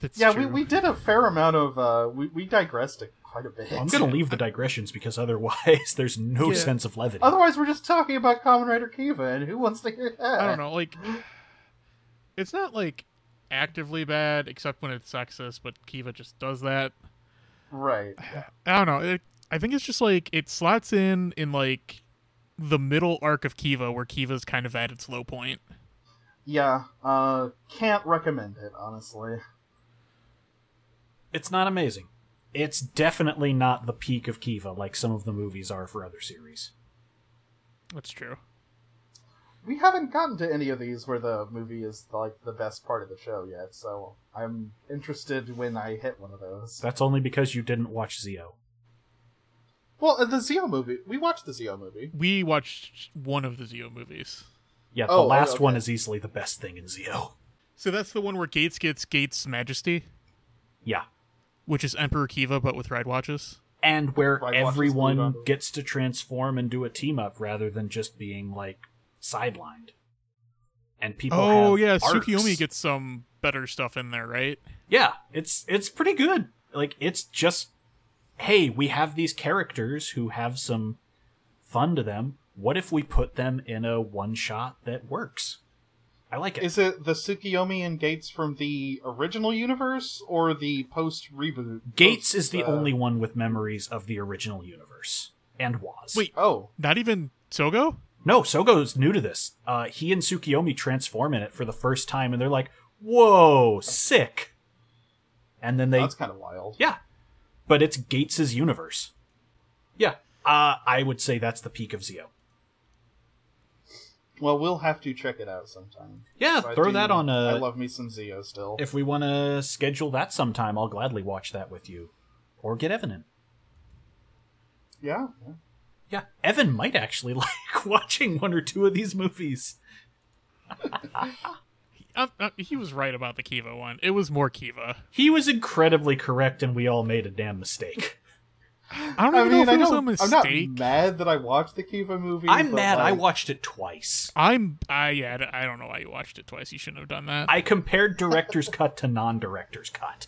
S1: That's
S2: yeah, we,
S1: true.
S2: we did a fair amount of. Uh, we, we digressed it quite a bit.
S3: I'm gonna leave the digressions because otherwise there's no
S1: Yeah.
S3: sense of levity.
S2: Otherwise, we're just talking about Common Rider Kiva, and who wants to hear that?
S1: I don't know. Like, it's not like actively bad, except when it's sexist. But Kiva just does that.
S2: Right.
S1: I don't know. It, I think it's just like it slots in in like the middle arc of Kiva, where Kiva's kind of at its low point.
S2: Yeah. Uh, can't recommend it, honestly.
S3: it's not amazing. It's definitely not the peak of Kiva like some of the movies are for other series.
S1: That's true.
S2: We haven't gotten to any of these where the movie is like the best part of the show yet, so I'm interested when I hit one of those.
S3: That's only because you didn't watch Zio.
S2: Well, uh, the Zeo movie. We watched the Zeo movie.
S1: We watched one of the Zio movies.
S3: Yeah, the
S2: Oh,
S3: last
S2: okay.
S3: one is easily the best thing in Zio.
S1: So that's the one where Gates gets Gates' Majesty,
S3: Yeah.
S1: which is Emperor Kiva, but with ride watches.
S3: and where
S2: Like, watch this
S3: everyone
S2: movie.
S3: gets to transform and do a team up rather than just being like sidelined. And people.
S1: oh
S3: have
S1: yeah,
S3: arcs.
S1: Tsukiyomi gets some better stuff in there, right?
S3: Yeah, it's it's pretty good. Like it's just, hey, we have these characters who have some fun to them. What if we put them in a one shot that works? I like it.
S2: Is it the Tsukiyomi and Gates from the original universe or the post uh, reboot?
S3: Gates is the only one with memories of the original universe and was.
S1: Wait,
S2: Oh,
S1: Not even Sogo?
S3: No, Sogo's new to this. Uh, he and Tsukiyomi transform in it for the first time, and they're like, "Whoa, sick!" And then they,
S2: that's kind of wild.
S3: yeah, but it's Gates's universe. Yeah, uh, I would say that's the peak of Zio.
S2: Well, we'll have to check it out sometime.
S3: Yeah,
S2: 'Cause I
S3: throw
S2: do-
S3: that on
S2: I
S3: a.
S2: love me some Zeo still.
S3: if we want to schedule that sometime, I'll gladly watch that with you, or get Evan in.
S2: Yeah. yeah.
S3: Yeah, Evan might actually like watching one or two of these movies.
S1: Um, uh, he was right about the Kiva one. It was more Kiva.
S3: He was incredibly correct, and we all made a damn mistake.
S1: I don't
S2: I
S1: even
S2: mean,
S1: know
S2: I
S1: if it was a
S2: don't, I'm not
S1: mistake.
S2: mad that I watched the Kiva movie.
S3: I'm
S2: but,
S3: mad. I
S2: like,
S3: watched it twice.
S1: I'm, I yeah, I d- I don't know why you watched it twice. You shouldn't have done that.
S3: I compared director's cut to non-director's cut.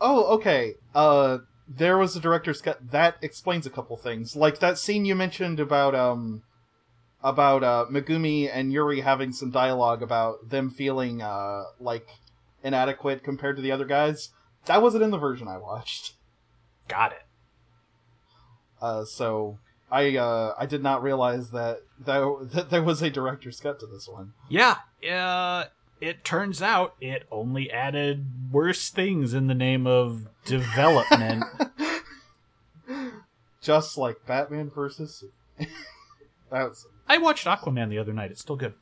S2: Oh, okay. Uh, there was a director's cut. That explains a couple things, like that scene you mentioned about um, about uh, Megumi and Yuri having some dialogue about them feeling uh like inadequate compared to the other guys. That wasn't in the version I watched.
S3: Got it.
S2: Uh, so I uh I did not realize that there, that there was a director's cut to this one.
S3: Yeah. Uh, it turns out it only added worse things in the name of development.
S2: Just like Batman versus. Superman. That's
S3: I watched Aquaman the other night. It's still good.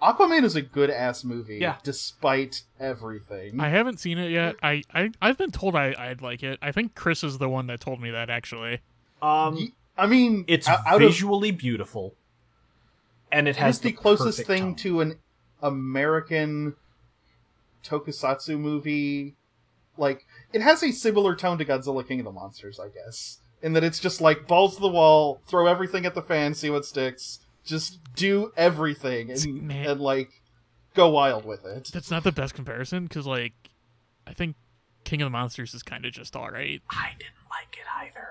S2: Aquaman is a good ass movie,
S3: Yeah.
S2: despite everything.
S1: I haven't seen it yet. I, I I've been told I, I'd like it. I think Chris is the one that told me that actually.
S3: Um,
S2: I mean,
S3: it's
S2: o- out of,
S3: visually beautiful, and it
S2: it is
S3: has
S2: the closest
S3: perfect
S2: thing
S3: tone.
S2: to an American tokusatsu movie. Like it has a similar tone to Godzilla King of the Monsters, I guess, in that it's just like balls to the wall, throw everything at the fan, see what sticks, just do everything, and,
S1: Man.
S2: and like go wild with it.
S1: That's not the best comparison because like, I think King of the Monsters is kind of just all right.
S3: I didn't like it either.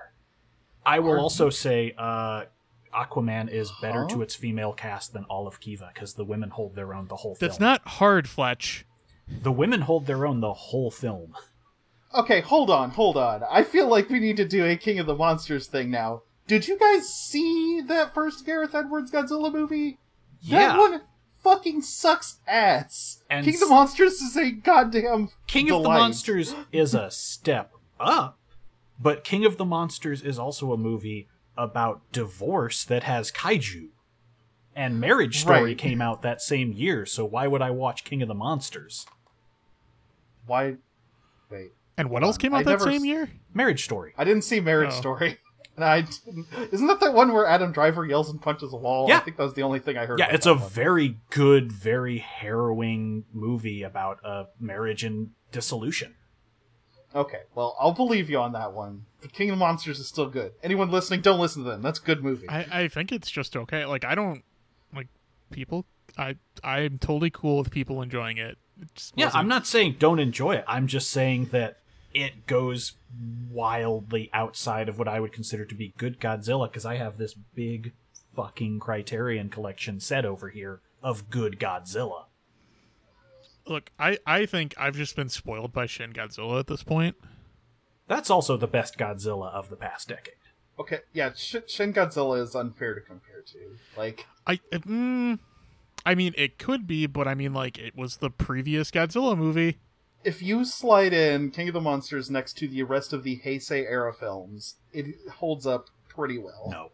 S3: I will also say uh, Aquaman is better
S2: Huh?
S3: to its female cast than all of Kiva because the women hold their own the whole film.
S1: That's not hard, Fletch.
S3: The women hold their own the whole film.
S2: Okay, hold on, hold on. I feel like we need to do a King of the Monsters thing now. Did you guys see that first Gareth Edwards Godzilla movie? That one fucking sucks ass.
S3: And
S2: King of the
S3: s-
S2: Monsters is a goddamn
S3: King of the
S2: delight.
S3: Monsters is a step up, but King of the Monsters is also a movie about divorce that has kaiju. And Marriage Story
S2: Right.
S3: came out that same year, so why would I watch King of the Monsters?
S2: Why? Wait,
S1: And what else came
S2: I
S1: out that
S2: never
S1: same
S2: s-
S1: year?
S3: Marriage Story.
S2: I didn't see Marriage
S1: Oh.
S2: Story. And I didn't, isn't that that one where Adam Driver yells and punches a wall?
S3: Yeah.
S2: I think that was the only thing I heard.
S3: Yeah,
S2: about
S3: it's
S2: that
S3: a
S2: one.
S3: very good, very harrowing movie about a marriage and dissolution.
S2: Okay, well, I'll believe you on that one. But King of the Monsters is still good. Anyone listening, don't listen to them. That's a good movie.
S1: I, I think it's just okay. Like I don't like people. I I am totally cool with people enjoying it. It just
S3: Yeah,
S1: wasn't-
S3: I'm not saying don't enjoy it. I'm just saying that it goes wildly outside of what I would consider to be good Godzilla because I have this big fucking Criterion collection set over here of good Godzilla.
S1: Look, I I think I've just been spoiled by Shin Godzilla at this point.
S3: That's also the best Godzilla of the past decade.
S2: Okay, yeah, Sh- Shin Godzilla is unfair to compare to. Like,
S1: I it- mm, I mean it could be, but I mean like it was the previous Godzilla movie.
S2: if you slide in King of the Monsters next to the rest of the Heisei era films, it holds up pretty well.
S3: No.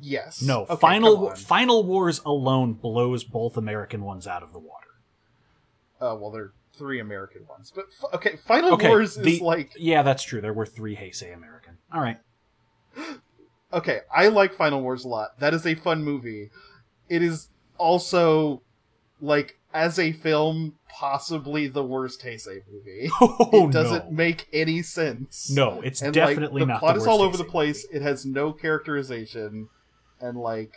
S2: Yes.
S3: No,
S2: Okay, come
S3: Final
S2: on.
S3: Final Wars alone blows both American ones out of the water.
S2: Uh, well, there are three American ones, but f- okay, Final
S3: Okay,
S2: Wars
S3: the-
S2: is like
S3: Yeah, that's true. There were 3 Heisei American. All right.
S2: okay, I like Final Wars a lot. That is a fun movie. It is also like as a film, possibly the worst Heisei movie.
S3: Oh
S2: it doesn't
S3: no.
S2: make any sense.
S3: no, it's
S2: and
S3: definitely
S2: like, the
S3: not
S2: plot
S3: the
S2: is
S3: worst
S2: all over the
S3: Heisei
S2: place. It has no characterization, and like,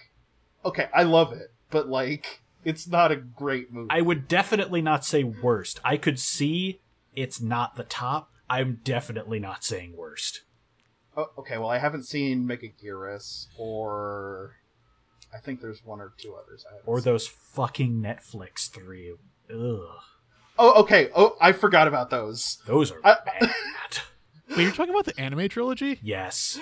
S2: okay, I love it, but like, it's not a great movie.
S3: I would definitely not say worst. I could see it's not the top. I'm definitely not saying worst.
S2: Oh, okay, well, I haven't seen Megaguirus or I think there's one or two others. I haven't
S3: Or
S2: seen.
S3: those fucking Netflix three. Ugh.
S2: Oh, okay. Oh, I forgot about those.
S3: Those are
S2: I-
S3: bad.
S1: Wait, you're talking about the anime trilogy?
S3: yes.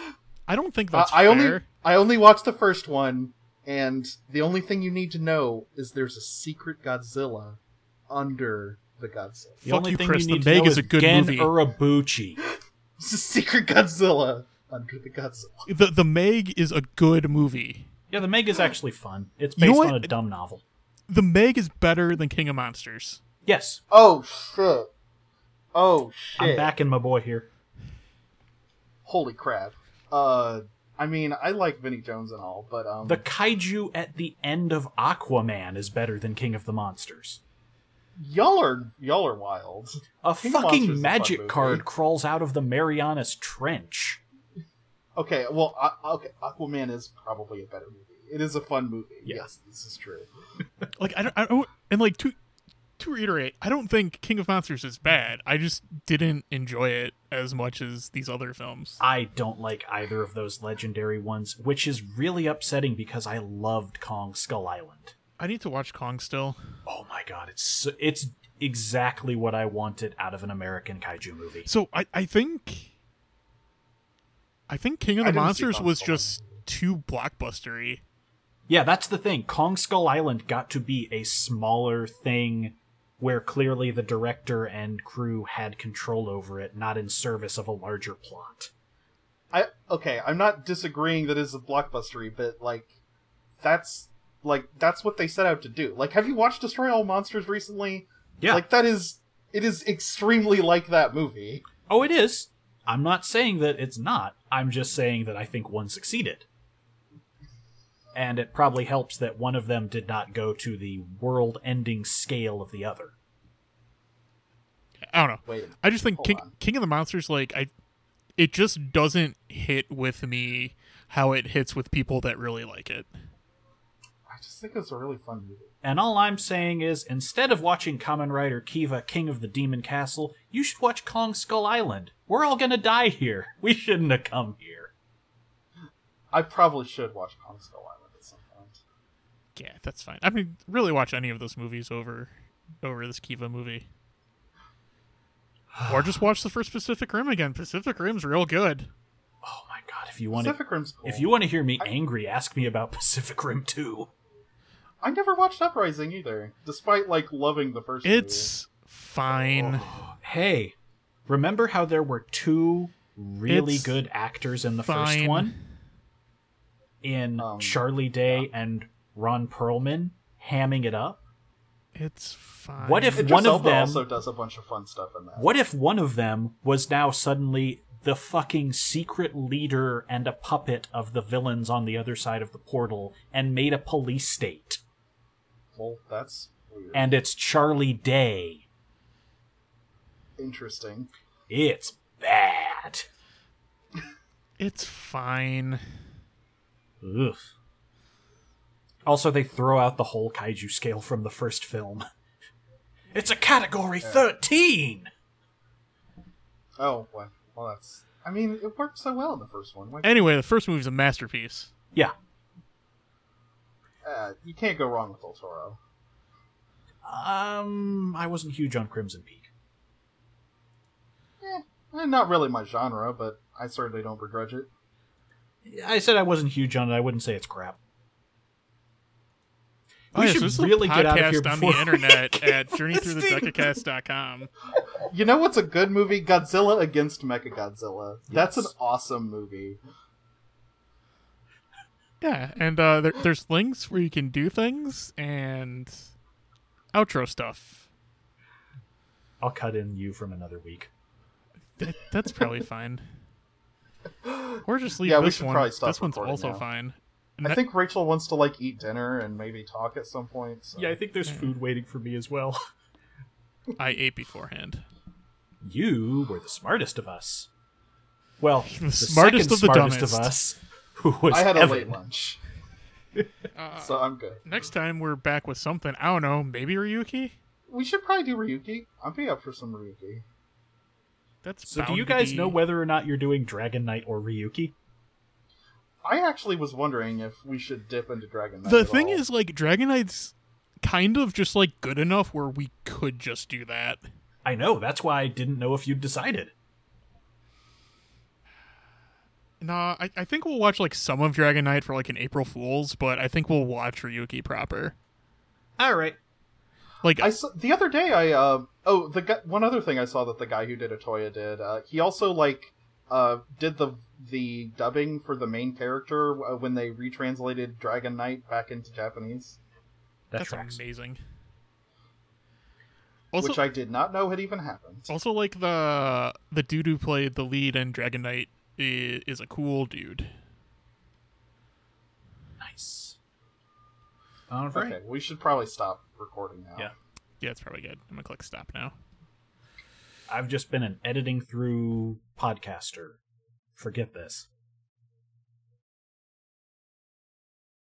S1: I don't think
S2: Uh,
S1: that's
S2: I
S1: fair.
S2: only I only watched the first one, and the only thing you need to know is there's a secret Godzilla under the Godzilla.
S3: The
S1: Fuck
S3: only
S1: you,
S3: thing
S1: Chris,
S3: you need
S1: The
S3: to
S1: Meg
S3: know
S1: is a good
S3: Gen
S1: movie.
S3: Urabuchi.
S2: It's a secret Godzilla under the Godzilla.
S1: the the Meg is a good movie.
S3: Yeah, the Meg is actually fun. It's
S1: You
S3: based
S1: know
S3: on a
S1: what?
S3: dumb novel.
S1: The Meg is better than King of Monsters.
S3: Yes.
S2: Oh shit! Oh shit!
S3: I'm backing my boy here.
S2: Holy crap! Uh, I mean, I like Vinnie Jones and all, but um,
S3: The kaiju at the end of Aquaman is better than King of the Monsters.
S2: y'all are y'all are wild.
S3: A
S2: King of Monsters is a
S3: fucking
S2: fun
S3: magic
S2: movie.
S3: card crawls out of the Marianas Trench.
S2: Okay, well, I, okay, Aquaman is probably a better movie. It is a fun movie.
S3: Yeah.
S2: Yes, this is true.
S1: Like I don't, I don't and like to to reiterate, I don't think King of Monsters is bad. I just didn't enjoy it as much as these other films.
S3: I don't like either of those legendary ones, which is really upsetting because I loved Kong Skull Island.
S1: I need to watch Kong still.
S3: Oh my god, it's so, it's exactly what I wanted out of an American kaiju movie.
S1: So I, I think I think King of
S2: I
S1: the
S2: didn't see
S1: Monsters
S2: Kong
S1: was
S2: Skull
S1: just too blockbustery.
S3: Yeah, that's the thing. Kong Skull Island got to be a smaller thing where clearly the director and crew had control over it, not in service of a larger plot.
S2: I okay, I'm not disagreeing that it's a blockbustery, but like, that's like that's what they set out to do. Like, have you watched Destroy All Monsters recently?
S3: Yeah.
S2: Like that is it is extremely like that movie.
S3: oh, it is. I'm not saying that it's not. I'm just saying that I think one succeeded. And it probably helps that one of them did not go to the world ending scale of the other.
S1: I don't know.
S2: Wait. a minute.
S1: I just think
S2: Hold
S1: King,
S2: on.
S1: King of the Monsters like I it just doesn't hit with me how it hits with people that really like it.
S2: I just think it's a really fun movie.
S3: And all I'm saying is, instead of watching Kamen Rider Kiva, King of the Demon Castle, you should watch Kong Skull Island. We're all gonna die here. We shouldn't have come here.
S2: I probably should watch Kong Skull Island at some point.
S1: Yeah, that's fine. I mean, really watch any of those movies over over this Kiva movie. Or just watch the first Pacific Rim again. Pacific Rim's real good.
S3: Oh my god, if you want to,
S2: Pacific Rim's cool.
S3: if you want to hear me angry, ask me about Pacific Rim 2.
S2: I never watched Uprising either, despite like loving the first.
S1: It's fine.
S3: Hey, remember how there were two really
S1: It's
S3: good actors in the
S1: fine.
S3: first one? In
S2: Um,
S3: Charlie Day and Ron Perlman hamming it up?
S1: It's fine.
S3: What if
S2: movie. Idris
S3: one of
S2: Elba
S3: them
S2: also does a bunch of fun stuff in that.
S3: What if one of them was now suddenly the fucking secret leader and a puppet of the villains on the other side of the portal and made a police state?
S2: Well, that's weird.
S3: And it's Charlie Day.
S2: Interesting.
S3: It's bad.
S1: It's fine.
S3: Ugh. Also, they throw out the whole kaiju scale from the first film. It's a category 13!
S2: Oh well, well that's. I mean, it worked so well in the first one. Why,
S1: Anyway, the first movie's a masterpiece.
S3: Yeah.
S2: uh, you can't go wrong with El Toro.
S3: Um, I wasn't huge on Crimson Peak.
S2: Eh, not really my genre, but I certainly don't begrudge it.
S3: I said I wasn't huge on it. I wouldn't say it's crap.
S1: Oh,
S3: We
S1: yeah,
S3: should
S1: so this is
S3: really
S1: a
S3: get out of
S1: podcast
S3: here
S1: on
S3: before
S1: the
S3: we
S1: internet
S3: get
S1: at
S3: this
S1: journeythroughthedecacast.com.
S2: You know what's a good movie? Godzilla against Mechagodzilla. That's an awesome movie.
S1: Yeah, and uh, there, there's links where you can do things and outro stuff.
S3: I'll cut in you from another week.
S1: That, that's probably fine. Or just leave
S2: Yeah, we
S1: this
S2: should
S1: one.
S2: probably stop
S1: this one's
S2: recording
S1: also
S2: now.
S1: fine.
S2: I
S1: Ne-
S2: think Rachel wants to like eat dinner and maybe talk at some point. So.
S3: Yeah, I think there's food waiting for me as well.
S1: I ate beforehand.
S3: You were the smartest of us. Well, the,
S1: smartest
S3: second
S1: of the
S3: smartest of
S1: dumbest.
S3: us. Who was
S2: I had a
S3: Evan.
S2: late lunch, so I'm good.
S1: Uh, Next time we're back with something. I don't know. Maybe Ryuki.
S2: We should probably do Ryuki. I'd be up for some Ryuki.
S1: That's
S3: So do
S1: bound
S3: you
S1: to
S3: guys
S1: be-
S3: know whether or not you're doing Dragon Knight or Ryuki?
S2: I actually was wondering if we should dip into Dragon Knight.
S1: the
S2: at
S1: thing
S2: all.
S1: is like Dragonite's kind of just like good enough where we could just do that.
S3: I know, that's why I didn't know if you'd decided.
S1: Nah, I, I think we'll watch like some of Dragon Knight for like an April Fools, but I think we'll watch Ryuki proper.
S3: Alright.
S1: Like
S2: I saw, the other day I uh, oh the gu- one other thing I saw that the guy who did Atoya did uh, he also like uh, did the the dubbing for the main character uh, when they retranslated Dragon Knight back into Japanese,
S3: That
S1: that's
S3: tracks.
S1: amazing. Also,
S2: which I did not know had even happened.
S1: also like the the dude who played the lead in Dragon Knight is, is a cool dude.
S3: Nice. Alright.
S2: Okay, we should probably stop recording now.
S3: Yeah.
S1: Yeah, it's probably good. I'm gonna click stop now.
S3: I've just been an editing through podcaster. Forget this.